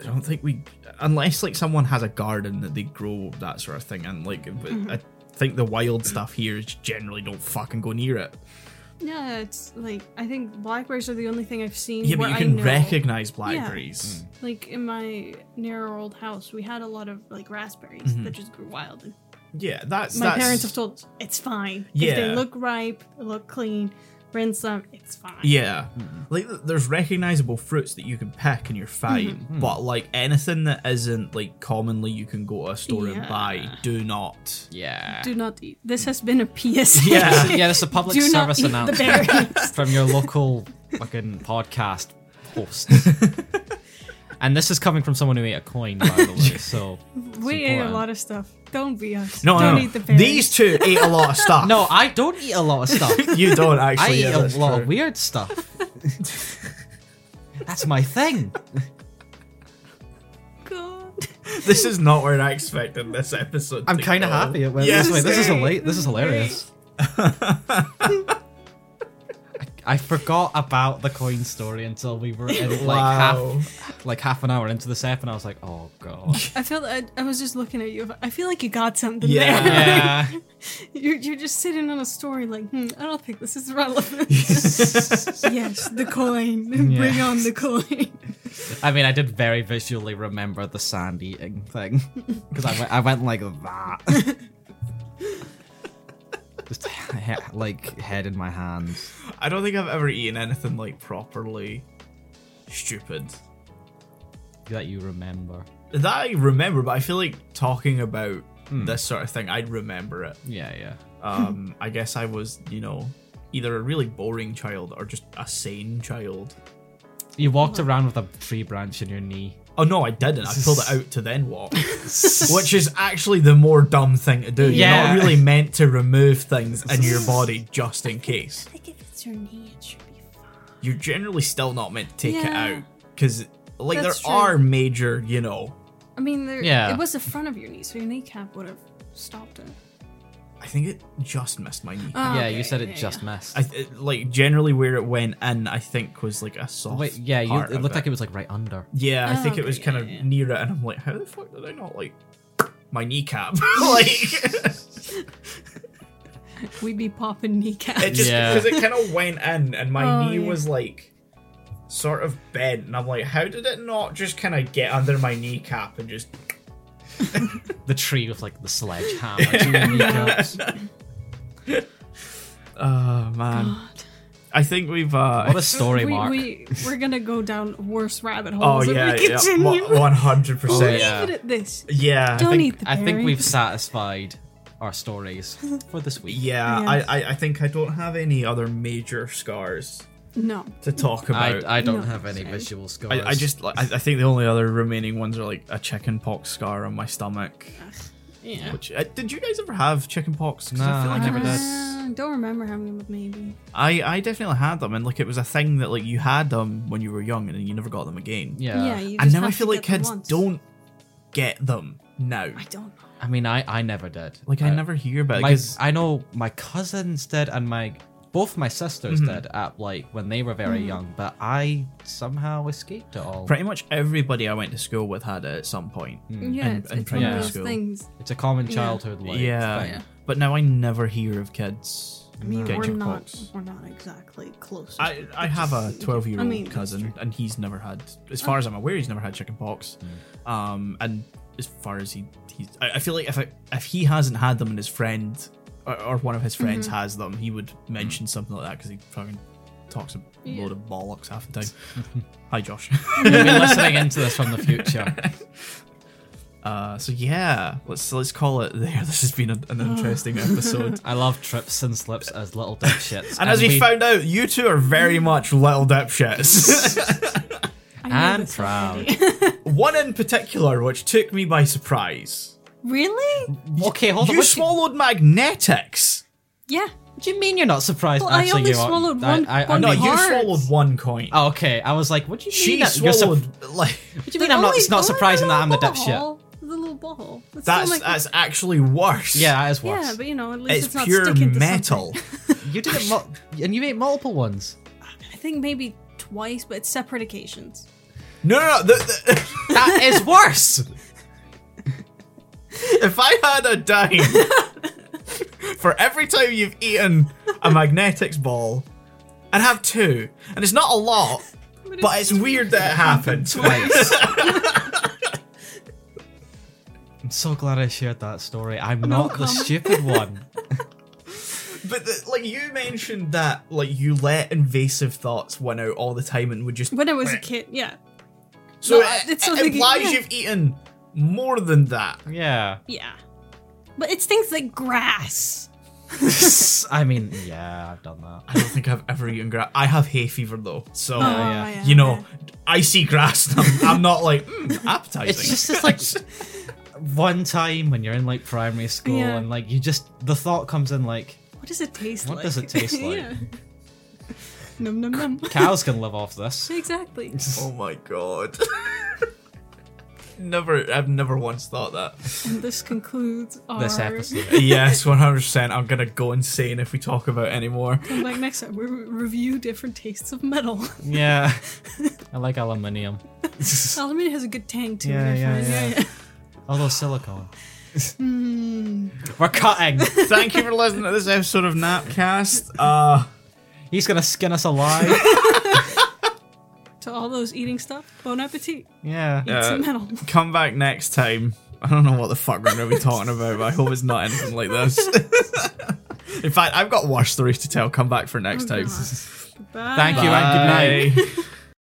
Speaker 1: i don't think we unless like someone has a garden that they grow that sort of thing and like
Speaker 4: Mm-hmm.
Speaker 1: i think the wild stuff here is generally don't fucking go near it
Speaker 4: Yeah, it's like I think blackberries are the only thing I've seen.
Speaker 1: yeah but
Speaker 4: where
Speaker 1: you
Speaker 4: I
Speaker 1: can
Speaker 4: know-
Speaker 1: recognize blackberries
Speaker 4: Like in my near our old house, we had a lot of like raspberries
Speaker 1: Mm-hmm.
Speaker 4: that just grew wild. And
Speaker 2: Hmm.
Speaker 1: yeah that's
Speaker 4: my
Speaker 1: that's-
Speaker 4: parents have told us it's fine. If
Speaker 1: Yeah.
Speaker 4: they look ripe, look clean, rinse them, it's fine.
Speaker 1: Yeah, like th- there's recognizable fruits that you can pick and you're fine,
Speaker 4: Mm-hmm. Hmm.
Speaker 1: but like anything that isn't like commonly you can go to a store and
Speaker 4: Yeah.
Speaker 1: buy, do not.
Speaker 2: yeah
Speaker 4: Do not eat. This has been a PSA.
Speaker 1: Yeah.
Speaker 2: yeah there's a public
Speaker 4: Do not
Speaker 2: service
Speaker 4: eat the
Speaker 2: announcement
Speaker 4: berries.
Speaker 2: from your local fucking podcast host And this is coming from someone who ate a coin, by the way. So
Speaker 4: We ate a
Speaker 2: important.
Speaker 4: lot of stuff. Don't be us.
Speaker 1: No,
Speaker 4: Don't
Speaker 1: no, no.
Speaker 4: eat the berries.
Speaker 1: These two ate a lot of stuff.
Speaker 2: no, I don't eat a lot of stuff.
Speaker 1: you don't
Speaker 2: I
Speaker 1: actually.
Speaker 2: eat
Speaker 1: yeah,
Speaker 2: a lot
Speaker 1: that's
Speaker 2: of
Speaker 1: true.
Speaker 2: weird stuff. That's my thing.
Speaker 4: God.
Speaker 1: This is not what I expected this episode.
Speaker 3: I'm
Speaker 1: to
Speaker 3: kind of
Speaker 1: go.
Speaker 3: happy it went
Speaker 1: Yes.
Speaker 3: this way. This is a
Speaker 4: Great.
Speaker 3: late.
Speaker 2: Wait, this is hilarious. I forgot about the coin story until we were in, like
Speaker 1: Wow.
Speaker 2: half, like half an hour into the sep, and I was like, "Oh god."
Speaker 4: I felt I, I was just looking at you. I feel like you got something
Speaker 1: Yeah.
Speaker 4: there.
Speaker 2: yeah.
Speaker 4: You're, you're just sitting on a story like, hmm, I don't think this is relevant. yes, the coin. Bring on the coin.
Speaker 2: I mean, I did very visually remember the sand eating thing because I went, I went like that. Just he- like head in my hands.
Speaker 1: I don't think I've ever eaten anything like properly stupid
Speaker 2: that you remember.
Speaker 1: that I remember, but I feel like talking about
Speaker 4: Hmm.
Speaker 1: this sort of thing, I'd remember it.
Speaker 2: Yeah, yeah.
Speaker 1: Um, I guess I was, you know, either a really boring child or just a sane child.
Speaker 2: You walked around with a tree branch in your knee.
Speaker 1: Oh no, I didn't. I pulled it out to then walk, which is actually the more dumb thing to do.
Speaker 2: Yeah.
Speaker 1: You're not really meant to remove things in your body just in case.
Speaker 4: I think if it's your knee, it should be fine.
Speaker 1: You're generally still not meant to take it
Speaker 4: Yeah.
Speaker 1: out because, like,
Speaker 4: That's
Speaker 1: there
Speaker 4: true.
Speaker 1: are major, you know.
Speaker 4: I mean, there,
Speaker 2: Yeah.
Speaker 4: it was the front of your knee, so your kneecap would have stopped it.
Speaker 1: I think it just missed my knee.
Speaker 4: Oh,
Speaker 2: yeah, you
Speaker 4: okay,
Speaker 2: said it
Speaker 4: yeah,
Speaker 2: just
Speaker 4: yeah.
Speaker 2: messed.
Speaker 1: I th- like generally where it went in, I think was like a soft.
Speaker 2: Wait, yeah, you,
Speaker 1: part
Speaker 2: it
Speaker 1: of
Speaker 2: looked like it was like right under.
Speaker 1: Yeah, I
Speaker 4: Oh,
Speaker 1: think it
Speaker 4: okay,
Speaker 1: was
Speaker 4: yeah,
Speaker 1: kind of
Speaker 4: yeah.
Speaker 1: near it, and I'm like, how the fuck did I not like my kneecap? like
Speaker 4: We'd be popping kneecaps.
Speaker 1: it just
Speaker 2: Yeah.
Speaker 1: because it kind of went in, and my
Speaker 4: Oh,
Speaker 1: knee
Speaker 4: yeah.
Speaker 1: was like sort of bent, and I'm like, how did it not just kind of get under my kneecap and just?
Speaker 2: The tree with like the sledgehammer. to your kneecaps.
Speaker 1: Oh man,
Speaker 4: God.
Speaker 1: I think we've. uh
Speaker 2: What a story,
Speaker 4: we,
Speaker 2: Mark.
Speaker 4: we, we're gonna go down worse rabbit
Speaker 1: Oh
Speaker 4: holes
Speaker 1: yeah,
Speaker 4: if we
Speaker 1: yeah,
Speaker 4: continue.
Speaker 1: one hundred
Speaker 2: Oh,
Speaker 1: percent.
Speaker 2: yeah.
Speaker 4: Leave it at this.
Speaker 1: Yeah,
Speaker 4: Don't
Speaker 1: I think,
Speaker 4: eat the
Speaker 2: I think
Speaker 4: berry.
Speaker 2: we've satisfied our stories for this week.
Speaker 1: Yeah,
Speaker 4: Yeah.
Speaker 1: I, I, I think I don't have any other major scars
Speaker 4: No.
Speaker 1: to talk
Speaker 2: I,
Speaker 1: about.
Speaker 2: I don't
Speaker 4: No,
Speaker 2: have any
Speaker 4: same.
Speaker 2: visual scores.
Speaker 1: I, I just like, I, I think the only other remaining ones are like a chickenpox scar on my stomach.
Speaker 4: Yeah.
Speaker 1: Which uh, did you guys ever have chickenpox?
Speaker 2: Nah,
Speaker 1: I feel like
Speaker 2: I
Speaker 1: I,
Speaker 2: never did.
Speaker 4: Uh, Don't remember having them with maybe.
Speaker 1: I I definitely had them, and like it was a thing that like you had them when you were young, and then you never got them again.
Speaker 2: yeah.
Speaker 4: you
Speaker 1: and
Speaker 4: just
Speaker 1: now I
Speaker 4: have to
Speaker 1: feel like
Speaker 4: get them
Speaker 1: kids
Speaker 4: once.
Speaker 1: don't get them now.
Speaker 4: I don't know.
Speaker 2: I mean, I, I never did.
Speaker 1: Like I, never hear about it.
Speaker 2: My,
Speaker 1: 'cause-
Speaker 2: I know my cousins did, and my both my sisters
Speaker 1: Mm-hmm.
Speaker 2: did at like when they were very young, but I somehow escaped it all.
Speaker 1: pretty much everybody I went to school with had it at some point.
Speaker 4: Yeah,
Speaker 1: And-
Speaker 4: it's,
Speaker 1: and
Speaker 4: it's one of
Speaker 2: primary
Speaker 4: those
Speaker 1: school.
Speaker 4: things.
Speaker 2: It's a common
Speaker 4: Yeah.
Speaker 2: childhood like
Speaker 1: yeah.
Speaker 2: thing.
Speaker 1: but now I never hear of kids
Speaker 4: I mean,
Speaker 1: getting
Speaker 4: we're not
Speaker 1: chickenpox.
Speaker 4: we're not exactly close.
Speaker 1: I, I have a 12 year
Speaker 4: I
Speaker 1: old
Speaker 4: mean, that's
Speaker 1: cousin, and he's never had, as far as I'm aware, he's never had chickenpox.
Speaker 4: Mm.
Speaker 1: Um, and as far as he, he's, I, I feel like if I, if he hasn't had them and his friend or, or one of his friends has them, he would
Speaker 4: Mm.
Speaker 1: mention something like that because he fucking talks a
Speaker 4: Yeah.
Speaker 1: load of bollocks half the time. Hi, Josh.
Speaker 2: You'll be listening into this from the future.
Speaker 1: uh, so yeah, let's let's call it there. This has been an, an interesting episode.
Speaker 2: I love trips and slips as little dipshits.
Speaker 1: And as we,
Speaker 2: we-
Speaker 1: found out, you two are very much little dipshits.
Speaker 4: I know
Speaker 2: I'm
Speaker 4: this
Speaker 2: proud.
Speaker 4: already.
Speaker 1: One in particular, which took me by surprise.
Speaker 4: really?
Speaker 2: okay, hold on.
Speaker 1: you
Speaker 2: Oh, what's-
Speaker 1: swallowed magnetics.
Speaker 4: Yeah.
Speaker 2: What do you mean you're not surprised?
Speaker 4: Well, I
Speaker 2: Actually,
Speaker 4: only
Speaker 2: you are-
Speaker 4: swallowed
Speaker 2: I-
Speaker 4: one-
Speaker 2: I- I'm
Speaker 4: one
Speaker 1: No,
Speaker 2: not- e-
Speaker 4: Big
Speaker 1: you
Speaker 4: hearts.
Speaker 1: swallowed one coin.
Speaker 2: Oh, okay, I was like, what do you
Speaker 1: she
Speaker 2: mean? that you're sur-
Speaker 1: swallowed like
Speaker 2: what do you mean I'm not? It's not surprising that I'm the dipshit.
Speaker 4: The little ball. It's still
Speaker 1: that's
Speaker 4: like-
Speaker 1: that's actually worse.
Speaker 2: Yeah, that is
Speaker 4: yeah,
Speaker 2: worse.
Speaker 4: but you know, at least
Speaker 1: it's,
Speaker 4: it's, not
Speaker 1: pure
Speaker 4: sticking to
Speaker 1: metal.
Speaker 4: something.
Speaker 2: you did it, mul- and you ate multiple ones.
Speaker 4: I think maybe twice, but it's separate occasions.
Speaker 1: no, no, no. The,
Speaker 2: That is worse.
Speaker 1: the, if I had a dime for every time you've eaten a magnetics ball, I'd have two, and it's not a lot, but it's weird that it happened.
Speaker 2: Twice. I'm so glad I shared that story. I'm not the
Speaker 4: comment.
Speaker 2: stupid one.
Speaker 1: But the, like you mentioned that like you let invasive thoughts win out all the time and would just
Speaker 4: When I was a kid, yeah,
Speaker 1: so
Speaker 4: No,
Speaker 1: it,
Speaker 4: it's
Speaker 1: it
Speaker 4: something-
Speaker 1: implies
Speaker 4: yeah.
Speaker 1: you've eaten more than that.
Speaker 2: Yeah.
Speaker 4: yeah. But it's things like grass.
Speaker 2: I mean, yeah, I've done that.
Speaker 1: I don't think I've ever eaten grass. I have hay fever though, so
Speaker 2: Oh, yeah.
Speaker 1: you know, I see grass. And I'm, I'm not like mm, appetizing.
Speaker 2: It's just it's like one time when you're in like primary school
Speaker 4: Yeah.
Speaker 2: and like you just the thought comes in like
Speaker 4: What does it taste
Speaker 2: What
Speaker 4: like?
Speaker 2: does it taste like?
Speaker 4: yeah. Num num num.
Speaker 2: cows can live off this.
Speaker 4: exactly.
Speaker 1: oh my god. never, I've never once thought that.
Speaker 4: And this concludes our.
Speaker 2: This episode.
Speaker 1: yes, 100%. I'm gonna go insane if we talk about it anymore.
Speaker 4: Come back next time. We re- review different tastes of metal.
Speaker 2: Yeah. I like aluminium.
Speaker 4: Aluminium has a good tang to
Speaker 2: Yeah,
Speaker 4: it. I
Speaker 2: yeah,
Speaker 4: find.
Speaker 2: yeah. Although silicone.
Speaker 4: Mm.
Speaker 2: We're cutting.
Speaker 1: Thank you for listening to this episode of Napcast. Uh,
Speaker 2: He's gonna skin us alive.
Speaker 4: To all those eating stuff, bon appetit.
Speaker 2: Yeah.
Speaker 4: Eat some
Speaker 1: Uh,
Speaker 4: metal.
Speaker 1: come back next time. I don't know what the fuck we're gonna be talking about, but I hope it's not anything like this. In fact, I've got worse stories to tell. Come back for next time.
Speaker 4: Oh, God. Bye.
Speaker 2: Thank Oh, you and good night.
Speaker 1: Bye.